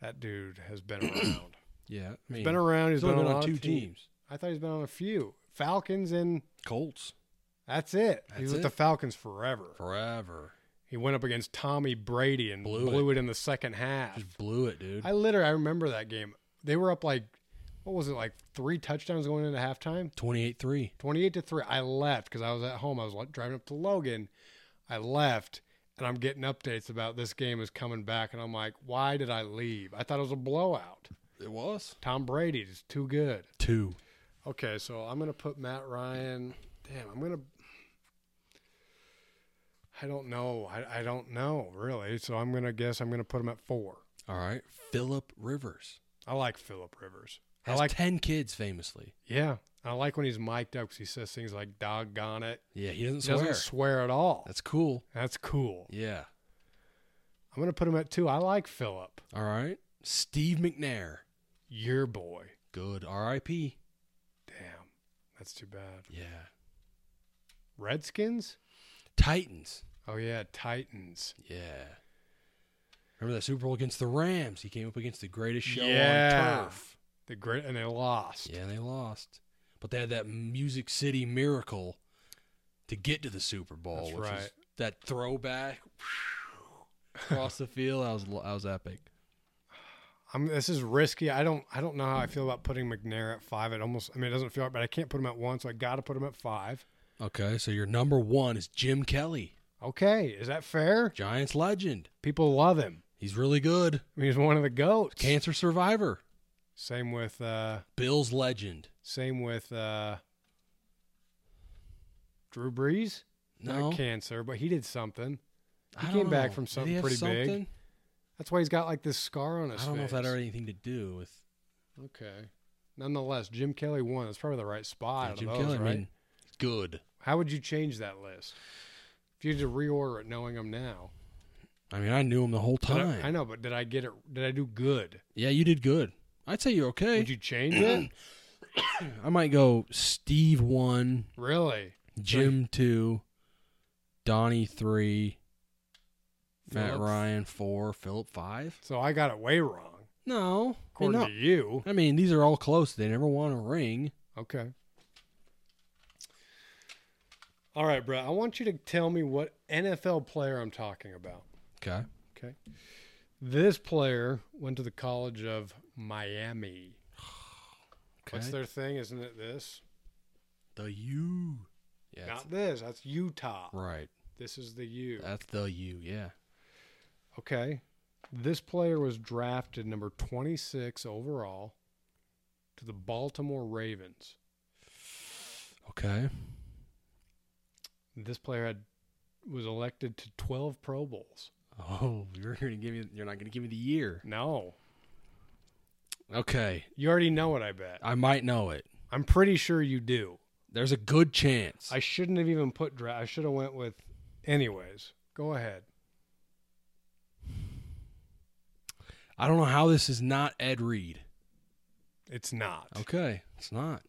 S1: that dude has been around.
S2: Yeah. I mean,
S1: He's been around.
S2: he's
S1: He's been,
S2: only
S1: on,
S2: been
S1: a lot
S2: on
S1: of
S2: two
S1: teams.
S2: teams.
S1: I thought he's been on a few. Falcons and
S2: Colts.
S1: that's it.
S2: That's
S1: he was with
S2: it.
S1: the Falcons forever.
S2: Forever.
S1: He went up against Tommy Brady and
S2: Blew
S1: blew,
S2: it.
S1: it. in the second half.
S2: Just blew it, dude.
S1: I literally I remember that game. They were up like what was it like three touchdowns going into halftime,
S2: 28 3.
S1: twenty eight to three. I left because I was at home. I was like, driving up to Logan. I left and I'm getting updates about this game is coming back, and I'm like, why did I leave? I thought it was a blowout.
S2: It was.
S1: Tom Brady is too good.
S2: Two.
S1: Okay, so I'm gonna put Matt Ryan. Damn, I'm gonna. I don't know. I, I don't know really. So I'm gonna guess I'm gonna put him at four.
S2: All right. Philip Rivers.
S1: I like Philip Rivers. I
S2: Has
S1: like
S2: 10 kids, famously.
S1: yeah. I like when he's mic'd up because he says things like "doggone it."
S2: Yeah, he doesn't
S1: He
S2: swear.
S1: doesn't swear at all. That's,
S2: That's cool.
S1: cool.
S2: Yeah.
S1: I'm gonna put him at two. I like Philip.
S2: All right. Steve McNair.
S1: Your boy.
S2: Good. RIP.
S1: Damn, that's too bad.
S2: Yeah.
S1: Redskins.
S2: Titans.
S1: Oh yeah, Titans.
S2: Yeah. Remember that Super Bowl against the Rams? He came up against the greatest show
S1: Yeah.
S2: on turf.
S1: The great and they lost.
S2: Yeah, they lost. But they had that Music City miracle to get to the Super Bowl,
S1: That's
S2: which is
S1: right.
S2: that throwback across the field. That was that was epic.
S1: I'm, this is risky. I don't. I don't know how I feel about putting McNair at five. It almost. I mean, it doesn't feel right, but I can't put him at one, so I got to put him at five.
S2: Okay, so your number one is Jim Kelly,
S1: Okay, is that fair?
S2: Giants legend.
S1: People love him.
S2: He's really good.
S1: I mean, he's one of the goats.
S2: Cancer survivor.
S1: Same with. Uh,
S2: Bills legend.
S1: same with. Uh, Drew Brees.
S2: No,
S1: Not cancer, but he did something.
S2: I
S1: he
S2: don't
S1: came back
S2: know.
S1: from
S2: Did he
S1: something
S2: have
S1: pretty big.
S2: something?
S1: That's why he's got like this scar on his
S2: I don't know if that
S1: face.
S2: had anything to do with
S1: Okay. Nonetheless, Jim Kelly won. That's probably the right spot.
S2: Yeah,
S1: out of those, right?
S2: good.
S1: How would you change that list? If you had to reorder it, knowing him now.
S2: I mean, I knew him the whole
S1: Did I-
S2: time.
S1: I, know, but did I get it? Did I do good?
S2: yeah, you did good. I'd say you're okay.
S1: Would you change it?
S2: I might go Steve one,
S1: Really?
S2: Jim two, Donnie three, Matt
S1: Phillips.
S2: Ryan four, Philip five.
S1: So I got it way wrong,
S2: No, I mean,
S1: according
S2: no.
S1: to you.
S2: I mean, these are all close. They never won a ring.
S1: Okay. All right, Brett. I want you to tell me what NFL player I'm talking about.
S2: Okay.
S1: Okay. This player went to the College of Miami. What's their thing? Isn't it this?
S2: the U? Yeah. it's-
S1: Not this. That's Utah.
S2: right.
S1: This is the U.
S2: That's the U. Yeah.
S1: Okay. This player was drafted number 26 overall to the Baltimore Ravens.
S2: Okay.
S1: This player had was elected to 12 Pro Bowls.
S2: Oh, you're gonna give me. You're not gonna give me the year.
S1: No.
S2: Okay.
S1: You already know it, I bet.
S2: I might know it.
S1: I'm pretty sure you do.
S2: There's a good chance.
S1: I shouldn't have even put draft. I should have went with anyways. Go ahead.
S2: I don't know how this is not Ed Reed.
S1: It's not.
S2: Okay, it's not.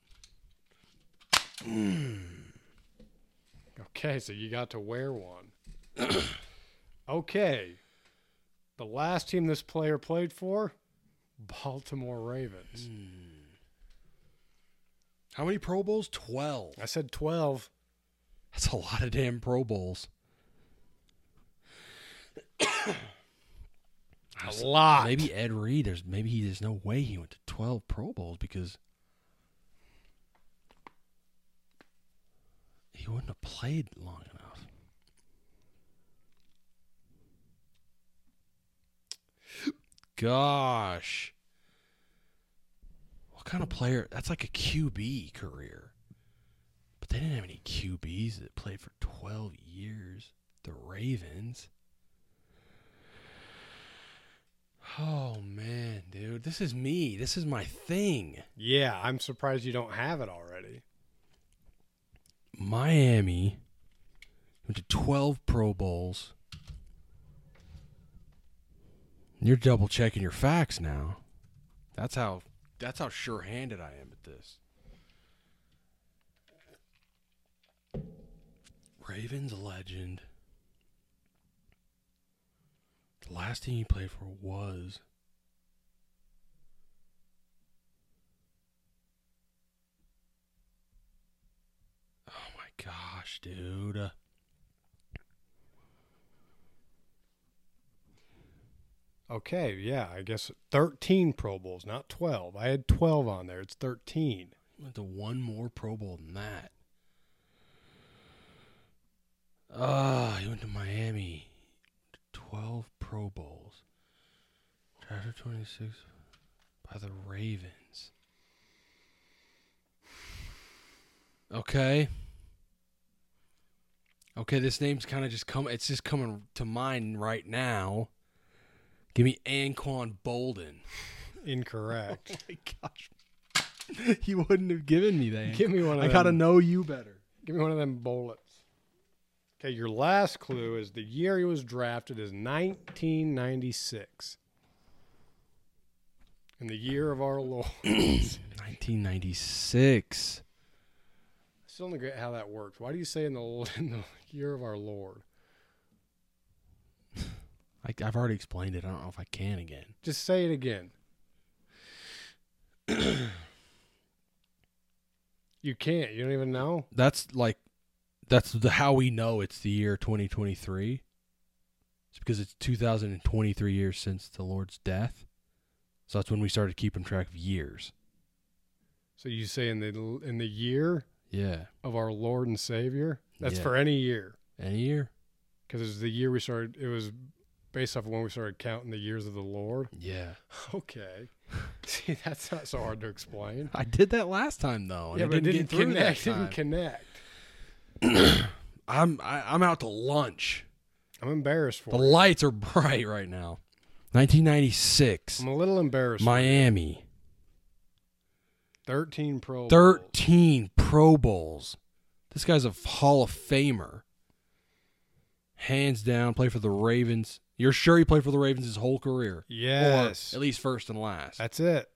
S1: Okay, so you got to wear one. okay. The last team this player played for, Baltimore Ravens.
S2: Hmm. How many Pro Bowls? 12.
S1: I said 12.
S2: That's a lot of damn Pro Bowls. I was-
S1: A lot.
S2: Maybe Ed Reed, there's maybe he, there's no way he went to 12 Pro Bowls because he wouldn't have played long enough. Gosh. What kind of player? That's like a QB career. But they didn't have any QBs that played for 12 years. The Ravens. Oh, man, dude. This is me. This is my thing.
S1: Yeah, I'm surprised you don't have it already.
S2: Miami went to 12 Pro Bowls. You're double checking your facts now. That's how that's how sure-handed I am at this. Ravens legend. The last team he played for was Oh my gosh, dude.
S1: Okay, yeah, I guess 13 Pro Bowls, not 12. I had 12 on there. It's 13.
S2: Went to one more Pro Bowl than that. Ah, he went to Miami. Twelve Pro Bowls. Drafted twenty six by the Ravens. Okay. Okay, this name's kind of just come. It's just coming to mind right now. Give me Anquan Bolden.
S1: Incorrect.
S2: Oh my gosh, you wouldn't have given me that.
S1: Give me one of
S2: I gotta
S1: them.
S2: know you better.
S1: Give me one of them bullets. Okay, your last clue is the year he was drafted is 1996. In the year of our Lord. I
S2: 1996.
S1: still don't get how that works. Why do you say in the, in the year of our Lord?
S2: I, I've already explained it. I don't know if I can again.
S1: Just say it again. you can't. You don't even know?
S2: That's like, that's the, how we know it's the year 2023. It's because it's 2023 years since the Lord's death. So that's when we started keeping track of years.
S1: So you say in the in the year
S2: Yeah.
S1: of our Lord and Savior? That's
S2: Yeah.
S1: for any year.
S2: Any year?
S1: because it was the year we started. It was based off of when we started counting the years of the Lord.
S2: Yeah.
S1: Okay, see, that's not so hard to explain.
S2: I did that last time though. and
S1: yeah,
S2: it
S1: but it didn't
S2: get through that
S1: connect.
S2: time.
S1: Didn't connect.
S2: I'm I, I'm out to lunch.
S1: I'm embarrassed
S2: The
S1: for. you.
S2: lights are bright right now. 1996,
S1: I'm a little embarrassed.
S2: Miami.
S1: Thirteen Pro.
S2: 13 Pro Bowls. This guy's a Hall of Famer. Hands down, played for the Ravens. You're sure he played for the Ravens his whole career?
S1: Yes,
S2: Or at least first and last.
S1: that's it.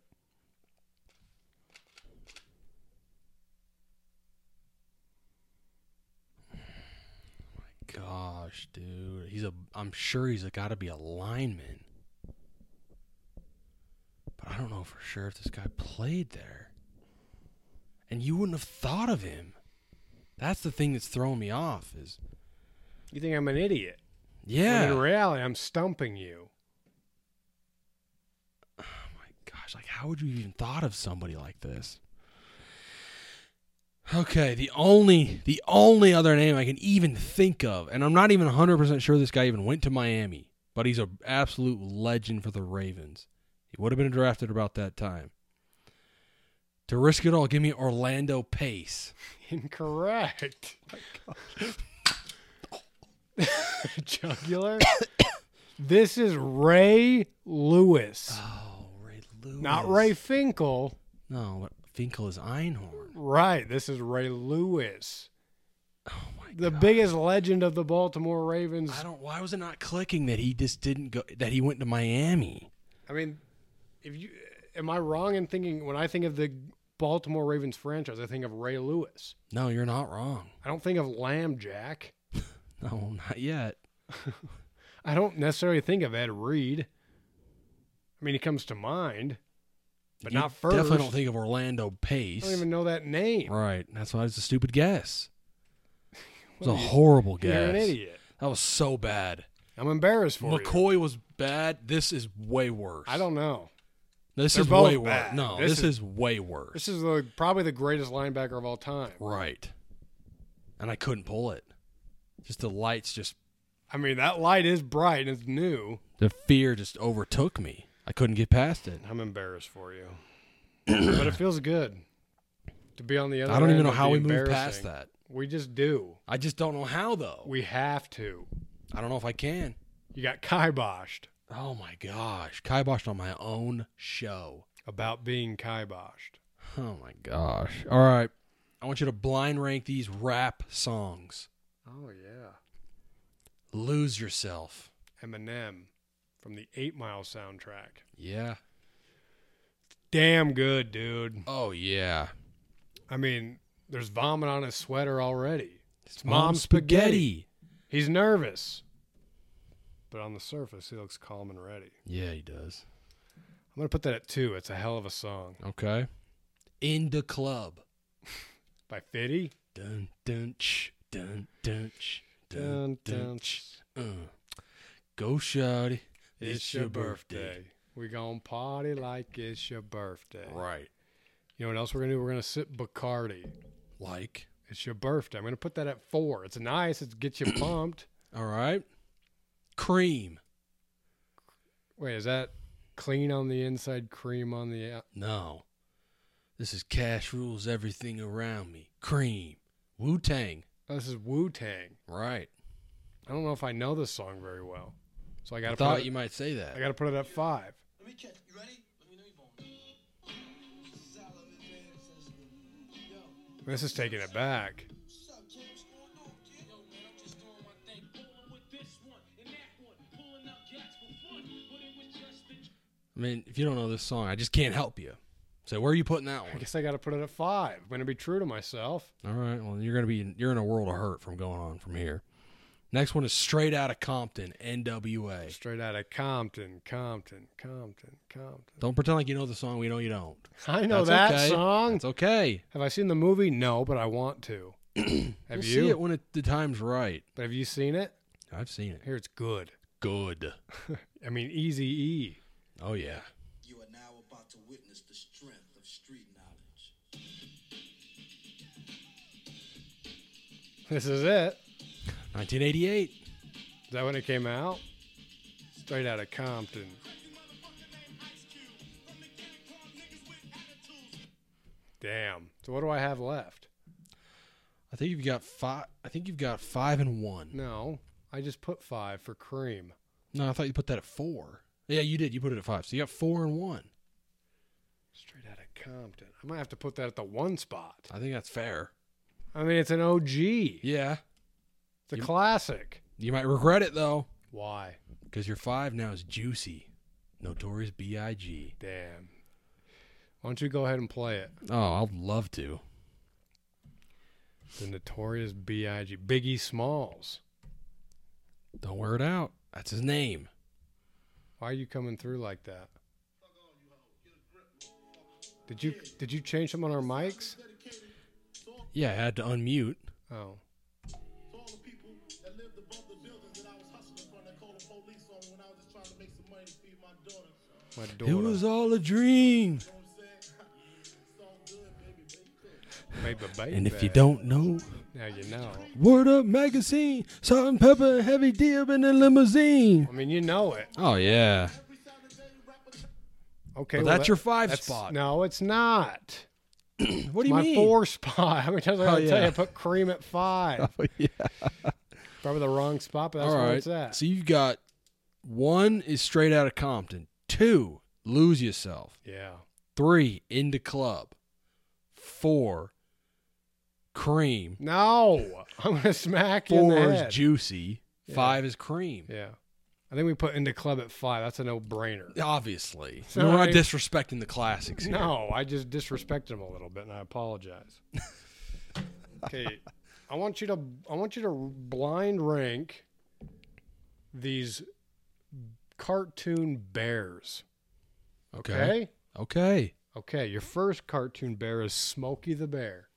S2: Gosh, dude. He's a I'm sure he's got to be a lineman. But I don't know for sure if this guy played there. And you wouldn't have thought of him. That's the thing that's throwing me off is
S1: You think I'm an idiot?
S2: yeah.
S1: When in reality, I'm stumping you.
S2: Oh my gosh, like how would you even thought of somebody like this? Okay, the only the only other name I can even think of, and I'm not even 100% sure this guy even went to Miami, but he's an absolute legend for the Ravens. He would have been drafted about that time. To risk it all, give me Orlando Pace.
S1: Incorrect. Jugular. this is Ray Lewis,
S2: Oh, Ray Lewis.
S1: not Ray Finkel.
S2: No, but Finkel is Einhorn.
S1: Right. This is Ray Lewis,
S2: Oh my
S1: the
S2: God.
S1: biggest legend of the Baltimore Ravens.
S2: I
S1: I,
S2: don't. Why was it not clicking that he just didn't go? That he went to Miami.
S1: mean, if you am I wrong in thinking when I think of the Baltimore Ravens franchise, I think of Ray Lewis.
S2: No, you're not wrong.
S1: I don't think of Lamb Jack.
S2: No, Oh, not yet.
S1: I don't necessarily think of Ed Reed. I mean, he comes to mind. But
S2: You
S1: not first.
S2: Definitely don't think of Orlando
S1: I
S2: Pace.
S1: don't even know that name.
S2: Right. That's why it's a stupid guess. It was a
S1: Well, you-
S2: horrible
S1: You're
S2: guess.
S1: an idiot.
S2: That was so bad.
S1: I'm embarrassed for you.
S2: McCoy was bad. This is way worse.
S1: I don't know.
S2: This
S1: They're
S2: is
S1: both
S2: way worse.
S1: bad.
S2: No,
S1: This
S2: this,
S1: is-
S2: is, way worse.
S1: This is the, probably the greatest linebacker of all time.
S2: right. And I couldn't pull it. Just the lights, just
S1: I mean, that light is bright and it's new.
S2: the fear just overtook me. I couldn't get past it.
S1: I'm embarrassed for you. but it feels good to be on the other.
S2: I don't even
S1: end
S2: know
S1: of
S2: how
S1: the
S2: we moved past
S1: embarrassing.
S2: that.
S1: We just do.
S2: I just don't know how though.
S1: We have to.
S2: I don't know if I can.
S1: You got kiboshed
S2: Oh my gosh, kiboshed on my own show.
S1: about being kiboshed.
S2: Oh my gosh. All right, I want you to blind rank these rap songs.
S1: Oh yeah,
S2: Lose yourself.
S1: Eminem from the Eight Mile soundtrack.
S2: Yeah.
S1: Damn good, dude.
S2: Oh yeah.
S1: I mean, there's vomit on his sweater already.
S2: It's
S1: Mom Spaghetti. He's nervous, but on the surface, he looks calm and ready.
S2: Yeah, he does.
S1: I'm gonna put that at two. It's a hell of a song
S2: Okay. In the club.
S1: by Fitty.
S2: Dun dun ch, dun dun ch, dun dun ch. Uh. Go shawty. It's, your birthday.
S1: We gonna party like it's your birthday.
S2: Right.
S1: You know what else we're gonna do? We're gonna sip Bacardi.
S2: Like.
S1: It's your birthday. I'm gonna put that at four. It's nice. It gets you pumped.
S2: All right. Cream.
S1: Wait, is that clean on the inside, cream on the out?
S2: No. This is cash rules everything around me. Cream. Wu Tang.
S1: Oh, this is Wu Tang.
S2: Right.
S1: I don't know if I know this song very well, so I
S2: I
S1: gotta put
S2: thought
S1: it,
S2: you might say
S1: I
S2: that.
S1: gotta put it at five.
S3: Let me catch. You ready? Let me know you bone. Solomon, man. Yo,
S1: This is taking it back.
S3: what's up, kid? What's going on, kid?
S4: Yo, man, I'm just doing my thing, pulling with this one and that one, pulling out gats for fun, but it was just a
S2: I mean, if you don't know this song, I just can't help you. So where are you putting that
S1: I
S2: one?
S1: guess I gotta put it at five. I'm gonna be true to myself.
S2: All right. Well, you're gonna be in, you're in a world of hurt from going on from here. Next one is straight out of Compton, N.W.A.
S1: Straight out of Compton, Compton, Compton, Compton.
S2: Don't pretend like you know the song. We know you don't.
S1: I know
S2: That's
S1: that
S2: okay.
S1: song.
S2: It's okay.
S1: Have I seen the movie? No, but I want to. have
S2: We'll
S1: you?
S2: see it when it, the time's right.
S1: But have you seen it?
S2: I've seen it.
S1: Here it's good.
S2: Good.
S1: I mean, Easy E.
S2: Oh yeah.
S3: You are now about to witness the strength of street knowledge.
S1: This is it.
S2: 1988.
S1: Is that when it came out? Straight out of Compton. Damn. So what do I have left?
S2: I think you've got five. I think you've got five and one.
S1: No, I just put five for cream.
S2: No, I thought you put that at four. Yeah, you did. You put it at five. So you got four and one.
S1: Straight out of Compton. I might have to put that at the one spot.
S2: I think that's fair.
S1: I mean, it's an OG. It's
S2: Yeah.
S1: a classic.
S2: You might regret it though,
S1: Why?
S2: because your five now is juicy. Notorious B.I.G.
S1: Damn. Why don't you go ahead and play it?
S2: Oh, I'd love to.
S1: The notorious B.I.G. Biggie Smalls.
S2: Don't wear it out. That's his name.
S1: Why are you coming through like that? Did you did you change them on our mics?
S2: Yeah, I had to unmute.
S1: Oh,
S5: all the people that lived above the buildings that I was hustling from that called the police on me when I was just trying to make some money to feed my daughter.
S1: my
S2: It
S1: daughter.
S2: was all a
S5: You
S2: dream.
S5: know what I'm saying? it's all good, baby. baby.
S1: Baby, baby.
S2: And if you don't know,
S1: now you know.
S2: Word Up Magazine, Salt and Pepper, and Heavy D up in the limousine.
S1: I mean, you know it.
S2: Oh yeah.
S1: Okay, well,
S2: But that's
S1: that-
S2: your five
S1: that's-
S2: spot.
S1: No, it's not.
S2: What do you
S1: my
S2: mean?
S1: four spot. How many times I
S2: Oh,
S1: gotta tell you?
S2: yeah.
S1: I put cream at five.
S2: Oh, yeah.
S1: Probably the wrong spot, but that's
S2: All
S1: where
S2: right.
S1: it's at.
S2: So you've got one is straight out of Compton. Two, lose yourself.
S1: yeah,
S2: Three, into club. Four, cream.
S1: no, I'm gonna smack you in the
S2: Four
S1: head.
S2: is juicy.
S1: Yeah.
S2: Five is cream.
S1: yeah, I think we put into club at five. That's a no-brainer.
S2: Obviously,
S1: So
S2: we're not
S1: I-
S2: disrespecting the classics. Here.
S1: No, I just disrespected him a little bit, and I apologize. okay, I want you to I want you to blind rank these cartoon bears.
S2: Okay.
S1: Okay,
S2: Okay.
S1: okay. Your first cartoon bear is Smokey the Bear.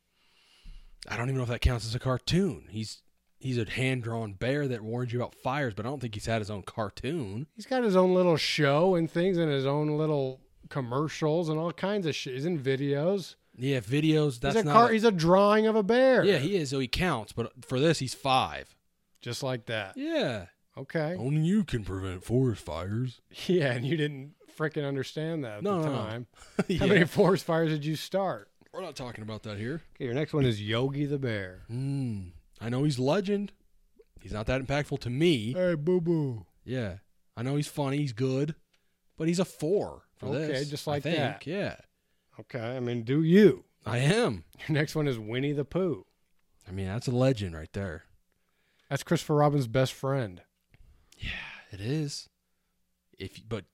S2: I don't even know if that counts as a cartoon. He's he's a hand drawn bear that warns you about fires, but I don't think he's had his own cartoon.
S1: He's got his own little show and things, and his own little commercials and all kinds of shit. He's in videos.
S2: Yeah, videos. That's
S1: he's a
S2: not.
S1: car.
S2: a-
S1: he's a drawing of a bear.
S2: yeah, he is. So he counts, but for this, he's five.
S1: just like that.
S2: Yeah.
S1: Okay.
S2: Only you can prevent forest fires.
S1: Yeah, and you didn't freaking understand that at
S2: No,
S1: the
S2: no, no.
S1: time. How many
S2: yeah.
S1: forest fires did you start?
S2: We're not talking about that here.
S1: Okay, your next one is Yogi the Bear. Hmm.
S2: Mm, I know he's legend. He's not that impactful to me.
S1: Hey, boo boo.
S2: Yeah. I know he's funny. He's good. But he's a four for
S1: Okay,
S2: this.
S1: just
S2: I
S1: like
S2: think.
S1: that.
S2: Yeah.
S1: Okay, I mean, do you?
S2: I am.
S1: Your next one is Winnie the Pooh.
S2: I mean, that's a legend right there.
S1: That's Christopher Robin's best friend.
S2: Yeah, it is. If But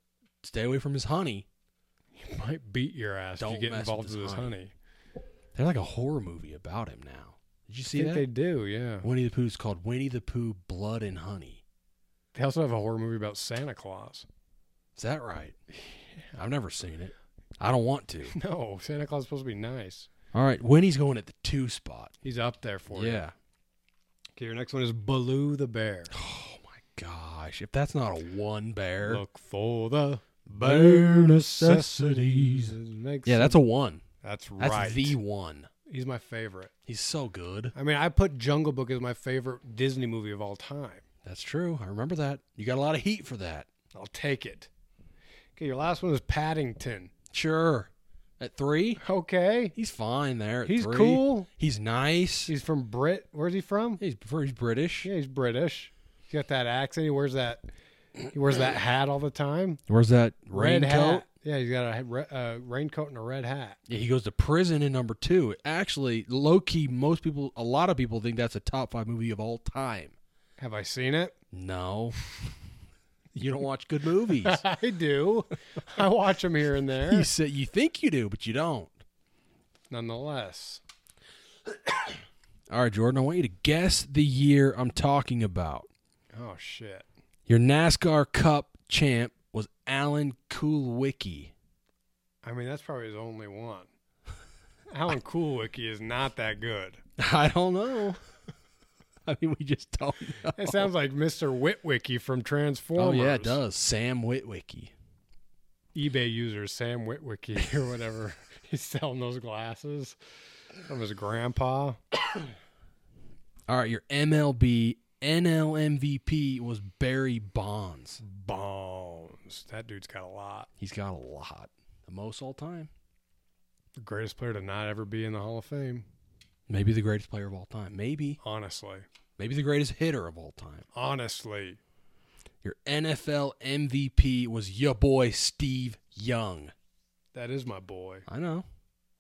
S2: stay away from his honey.
S1: He might beat your ass if
S2: Don't
S1: you get
S2: mess with
S1: involved
S2: his
S1: with his
S2: honey.
S1: honey.
S2: There's like a horror movie about him now. Did you see
S1: I think
S2: that?
S1: they do, yeah.
S2: Winnie the Pooh's called Winnie the Pooh Blood and Honey.
S1: They also have a horror movie about Santa Claus.
S2: Is that right? I've never seen it. I don't want to.
S1: No, Santa Claus is supposed to be nice.
S2: All right, Winnie's going at the two spot.
S1: He's up there for you.
S2: yeah.
S1: Okay, your next one is Baloo the Bear.
S2: Oh my gosh, if that's not a one bear.
S1: Look for the
S2: Bare
S1: bare
S2: necessities.
S1: necessities. It makes
S2: yeah, that's a one.
S1: that's
S2: That's
S1: right.
S2: the one.
S1: He's my favorite.
S2: He's so good.
S1: I mean, I put Jungle Book as my favorite Disney movie of all time.
S2: That's true. I remember that. You got a lot of heat for that.
S1: I'll take it. Okay, your last one is Paddington.
S2: Sure. At three,
S1: Okay,
S2: he's fine there. at
S1: he's
S2: three.
S1: cool.
S2: He's nice.
S1: He's from Brit. Where's he from?
S2: he's, he's British.
S1: Yeah, he's British. He's got that accent. He wears that. He wears that hat all the time.
S2: Where's that
S1: Red
S2: raincoat?
S1: hat. Yeah, he's got a re- uh, raincoat and a red hat.
S2: Yeah, he goes to prison in number two. Actually, low key, most people, a lot of people think that's a top five movie of all time.
S1: Have I seen it?
S2: No, you don't watch good movies.
S1: I do. I watch him here and there.
S2: you say you think you do, but you don't.
S1: Nonetheless,
S2: All right, Jordan, I want you to guess the year I'm talking about.
S1: oh shit,
S2: Your NASCAR Cup champ was Alan Kulwicki.
S1: I mean that's probably his only one. Alan Coolwicky is not that good.
S2: I don't know. I mean, we just don't know.
S1: It sounds like Mr. Witwicky from
S2: Oh
S1: Transformers.
S2: yeah, it does. Sam Witwicky.
S1: eBay user Sam Witwicky or whatever. He's selling those glasses from his grandpa.
S2: All right, your MLB NL MVP was Barry Bonds.
S1: Bombs. That dude's got a lot.
S2: He's got a lot, the most all time.
S1: The greatest player to not ever be in the Hall of Fame.
S2: Maybe the greatest player of all time. Maybe,
S1: Honestly.
S2: maybe the greatest hitter of all time.
S1: Honestly.
S2: Your NFL MVP was your boy Steve Young.
S1: That is my boy.
S2: I know.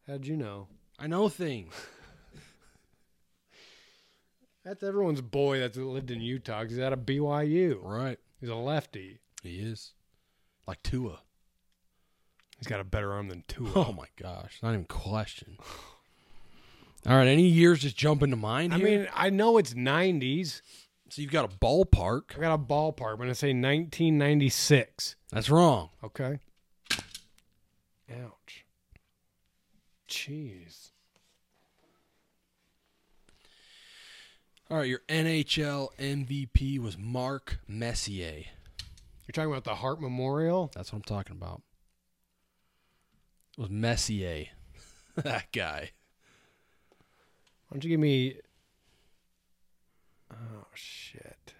S1: How'd you know?
S2: I know things.
S1: That's everyone's boy that's lived in Utah 'cause he's out of BYU.
S2: Right.
S1: He's a lefty.
S2: He is. Like Tua.
S1: He's got a better arm than Tua.
S2: Oh my gosh. Not even question. All right. Any years just jump into mind
S1: I
S2: here?
S1: mean, I know it's 90s.
S2: so you've got a ballpark.
S1: I got a ballpark. I'm going to say 1996.
S2: That's wrong.
S1: Okay. Ouch. Jeez.
S2: All right. Your NHL MVP was Mark Messier.
S1: You're talking about the Hart Memorial?
S2: That's what I'm talking about. It was Messier. that guy.
S1: Why don't you give me. Oh, shit.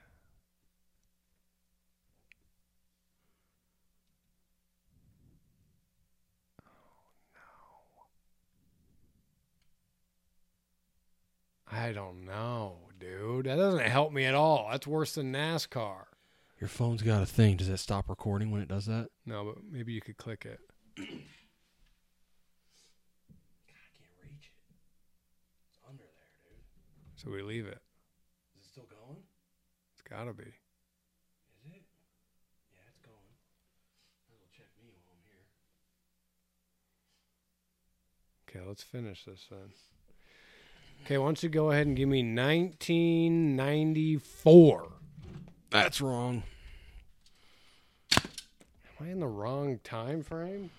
S1: Oh, no. I don't know, dude. That doesn't help me at all. That's worse than NASCAR.
S2: Your phone's got a thing. Does it stop recording when it does that?
S1: No, but maybe you could click it.
S2: I can't reach it. It's under there, dude.
S1: So we leave it.
S2: Is it still going?
S1: It's got to be.
S2: Is it? Yeah, it's going. Might as well check me while I'm here.
S1: Okay, let's finish this then. Okay, why don't you go ahead and give me 1994?
S2: That's wrong.
S1: Am I in the wrong time frame?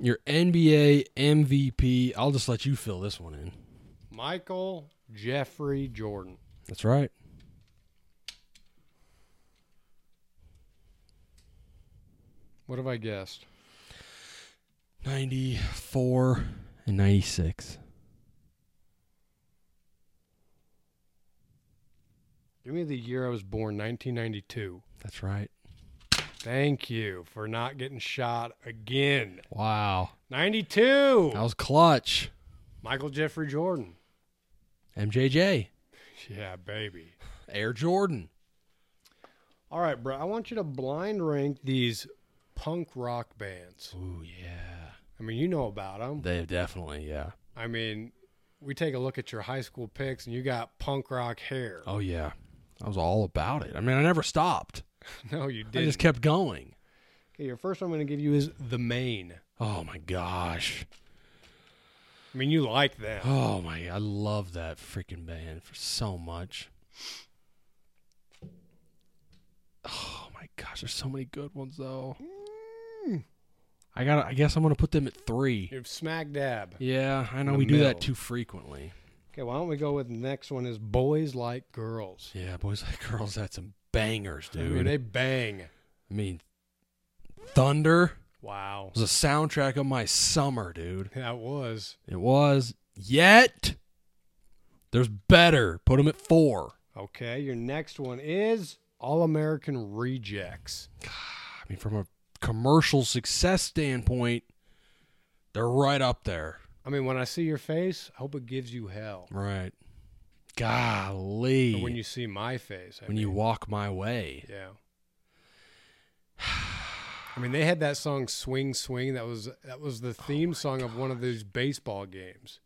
S2: Your NBA MVP. I'll just let you fill this one in.
S1: Michael Jeffrey Jordan.
S2: That's right.
S1: What have I guessed?
S2: 94 and 96.
S1: Give me the year I was born, 1992.
S2: That's right.
S1: Thank you for not getting shot again.
S2: Wow.
S1: 92.
S2: That was clutch.
S1: Michael Jeffrey Jordan.
S2: MJJ.
S1: Yeah, baby.
S2: Air Jordan.
S1: All right, bro. I want you to blind rank these punk rock bands.
S2: Ooh, yeah.
S1: I mean, you know about them.
S2: They definitely, yeah.
S1: I mean, we take a look at your high school picks and you got punk rock hair.
S2: Oh, yeah. I was all about it. I mean, I never stopped.
S1: No, you
S2: I
S1: didn't.
S2: just kept going.
S1: okay, your first one I'm going to give you is The Main.
S2: Oh, my gosh.
S1: I mean, you like that.
S2: Oh, my. I love that freaking band for so much. Oh, my gosh. There's so many good ones, though.
S1: Mm.
S2: I got. to I guess I'm gonna put them at three.
S1: You're smack dab.
S2: Yeah, I know
S1: the
S2: we do that
S1: middle.
S2: too frequently.
S1: Okay, why don't we go with the next one is Boys Like Girls.
S2: Yeah, boys like girls had some bangers,
S1: I mean,
S2: dude.
S1: they bang.
S2: I mean, Thunder
S1: Wow.
S2: was a soundtrack of my summer, dude.
S1: That was.
S2: It was. Yet, there's better. Put them at four.
S1: Okay, your next one is All American Rejects.
S2: I mean, from a commercial success standpoint, they're right up there.
S1: I mean, when I see your face, I hope it gives you hell.
S2: Right. Golly.
S1: But when you see my face, I
S2: when you
S1: mean,
S2: walk my way.
S1: yeah. I mean, they had that song "Swing Swing." That was that was
S2: Oh
S1: the theme song of one of those baseball games.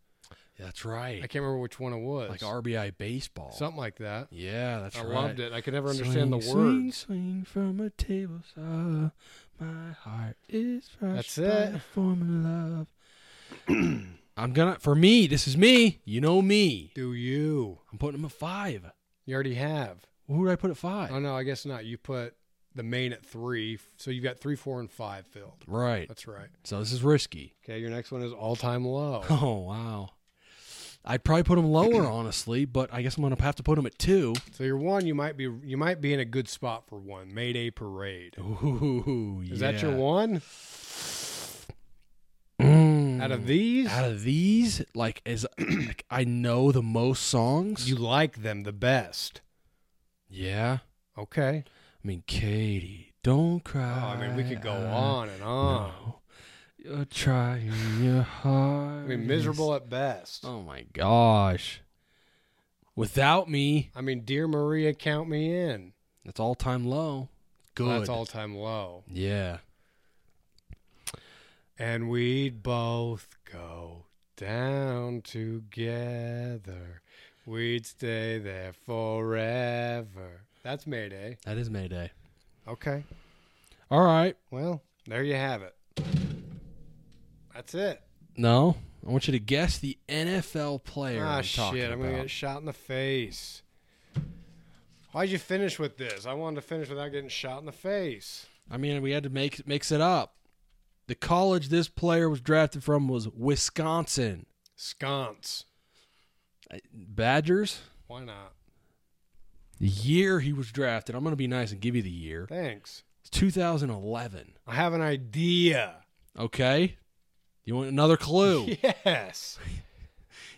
S2: That's
S1: I
S2: right.
S1: can't remember which one it was.
S2: Like RBI baseball.
S1: something like that.
S2: yeah, that's
S1: I
S2: right.
S1: loved it. I could never understand the
S2: Swing,
S1: words.
S2: Swing, swing from a table saw. My heart is
S1: That's
S2: crushed
S1: it.
S2: by a form of love. I'm gonna for me. This is me. You know me.
S1: Do you?
S2: I'm putting him at five.
S1: You already have.
S2: Who did I put at five?
S1: Oh no, I guess not. You put the main at three, so you've got three, four, and five filled.
S2: right.
S1: That's right.
S2: So this is risky.
S1: Okay, your next one is all time low.
S2: Oh wow. I'd probably put him lower, honestly, but I guess I'm gonna have to put him at two.
S1: so your one, you might be you might be in a good spot for one. Mayday Parade.
S2: Oh, Ooh,
S1: Is that your one? Out of these,
S2: Mm. Hmm. Out of these, like, is like, I know the most songs.
S1: you like them the best.
S2: yeah.
S1: Okay.
S2: I mean, Katie, don't
S1: Oh, I
S2: cry.
S1: mean, we could go on and on.
S2: uh, No. You're trying your
S1: I
S2: hardest.
S1: mean, miserable at best.
S2: Oh my gosh. Without me,
S1: I mean, dear Maria, count me in.
S2: that's all time low. Good.
S1: That's all time low.
S2: Yeah.
S1: And we'd both go down together. We'd stay there forever. That's Mayday.
S2: That is Mayday.
S1: Okay.
S2: All right.
S1: Well, there you have it. That's it.
S2: No, I want you to guess the NFL player.
S1: Ah,
S2: I'm talking
S1: shit. I'm going to
S2: about.
S1: get shot in the face. Why'd you finish with this? I wanted to finish without getting shot in the face.
S2: I mean, we had to make mix it up. The college this player was drafted from was Wisconsin
S1: Sconce.
S2: Badgers.
S1: Why not?
S2: The year he was drafted, I'm going to be nice and give you the year.
S1: Thanks.
S2: It's 2011.
S1: I have an idea.
S2: Okay. You want another clue?
S1: Yes.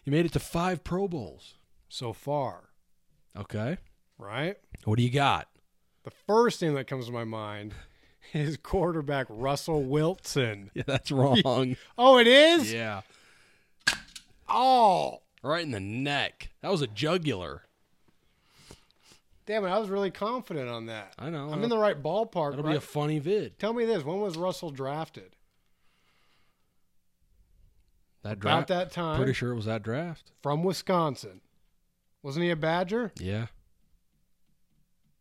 S2: you made it to five Pro Bowls.
S1: So far,
S2: Okay.
S1: right?
S2: What do you got?
S1: The first thing that comes to my mind is quarterback Russell Wilson.
S2: Yeah, that's wrong.
S1: Oh, it is?
S2: yeah.
S1: Oh.
S2: Right in the neck. That was a jugular.
S1: Damn it, I was really confident on that.
S2: I know.
S1: I'm in the right ballpark.
S2: That'll
S1: right?
S2: be a funny vid.
S1: Tell me this, when was Russell drafted?
S2: That
S1: About
S2: draft.
S1: that time
S2: Pretty sure it was that draft.
S1: from Wisconsin. Wasn't he a Badger?
S2: Yeah.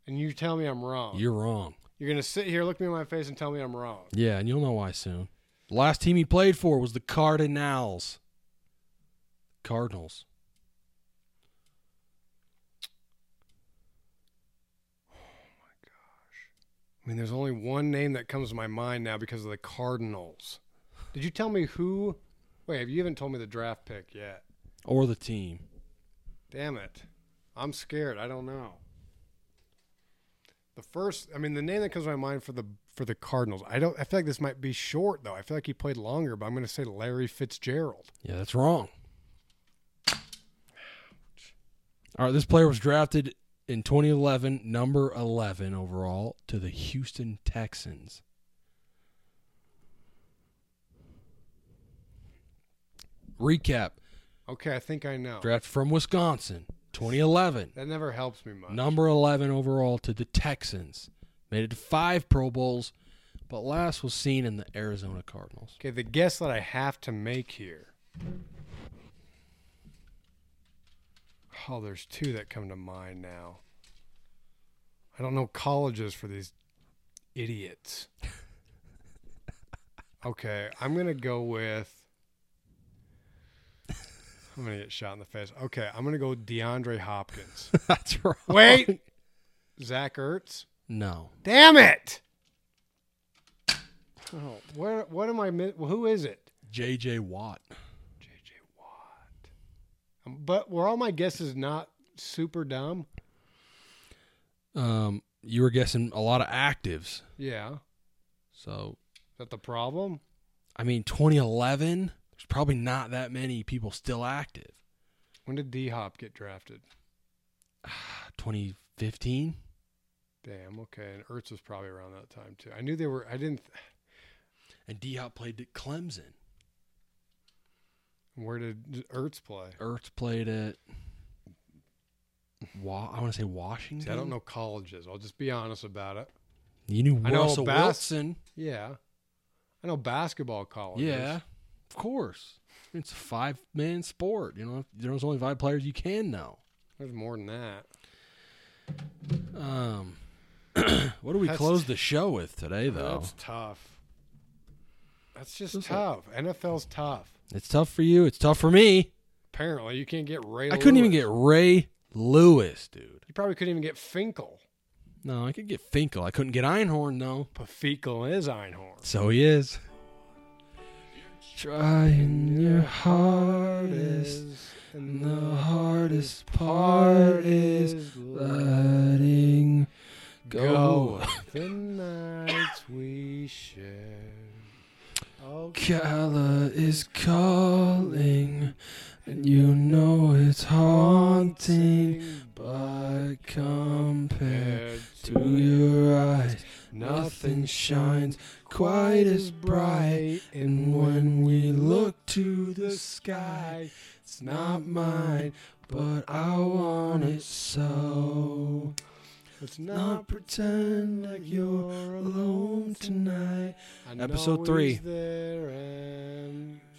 S1: And you tell me I'm wrong.
S2: You're wrong.
S1: You're going to sit here, look me in my face and tell me I'm wrong.
S2: Yeah, and you'll know why soon. The last team he played for was the Cardinals. Cardinals.
S1: I mean, there's only one name that comes to my mind now because of the Cardinals. Did you tell me who? Wait, have you haven't told me the draft pick yet?
S2: Or the team.
S1: Damn it. I'm scared. I don't know. The first, I mean, the name that comes to my mind for the for the Cardinals. I don't. I feel like this might be short though. I feel like he played longer, but I'm going to say Larry Fitzgerald.
S2: Yeah, that's wrong. All right, this player was drafted in 2011, number 11 overall to the Houston Texans. Recap
S1: Okay, I think I know.
S2: draft from Wisconsin, 2011,
S1: That never helps me much.
S2: number 11 overall to the Texans. Made it to five Pro Bowls, but last was seen in the Arizona Cardinals.
S1: Okay, the guess that I have to make here. Oh, there's two that come to mind now. I don't know colleges for these idiots. Okay, I'm going to go with. I'm going to get shot in the face. Okay, I'm going to go with DeAndre Hopkins.
S2: That's wrong.
S1: Wait! Zach Ertz?
S2: No.
S1: Damn it! Oh, where, what am I? mi- Who is it?
S2: J.J. Watt.
S1: JJ Watt. Um, But were all my guesses not super dumb?
S2: Um, you were guessing a lot of actives.
S1: Yeah.
S2: So,
S1: Is that the problem?
S2: I mean, 2011, there's probably not that many people still active.
S1: When did D Hop get drafted?
S2: 2015?
S1: Damn. Okay. And Ertz was probably around that time too. I knew they were. I didn't. th-
S2: And D Hop played at Clemson.
S1: Where did Ertz play?
S2: Ertz played at, Wa- I want to say Washington.
S1: See, I don't know colleges. I'll just be honest about it.
S2: You knew
S1: I know
S2: Russell
S1: Bass-
S2: Wilson. Oh,
S1: Yeah. I know basketball colleges.
S2: Yeah, of course. It's a five man sport. You know, there's only five players you can know.
S1: There's more than that.
S2: Um, what do we
S1: That's-
S2: close the show with today, though?
S1: That's tough. That's just
S2: This is-
S1: tough. NFL's tough.
S2: It's tough for you. It's tough for me.
S1: Apparently, you can't get Ray.
S2: I couldn't even
S1: Lewis.
S2: get Ray Lewis, dude.
S1: You probably couldn't even get Finkel.
S2: No, I could get Finkel. I couldn't get Einhorn though.
S1: But Fecal is Einhorn.
S2: So he is. Trying your hardest, and the hardest part is letting
S1: go.
S2: go.
S1: of the nights we share. Okay.
S2: Kala is calling, and you know it's haunting, but compared to your eyes, nothing shines quite as bright. And when we look to the sky, it's not mine, but I want it so.
S1: Let's
S2: Not pretend like you're alone tonight.
S1: I know
S2: Episode
S1: he's
S2: three.
S1: there and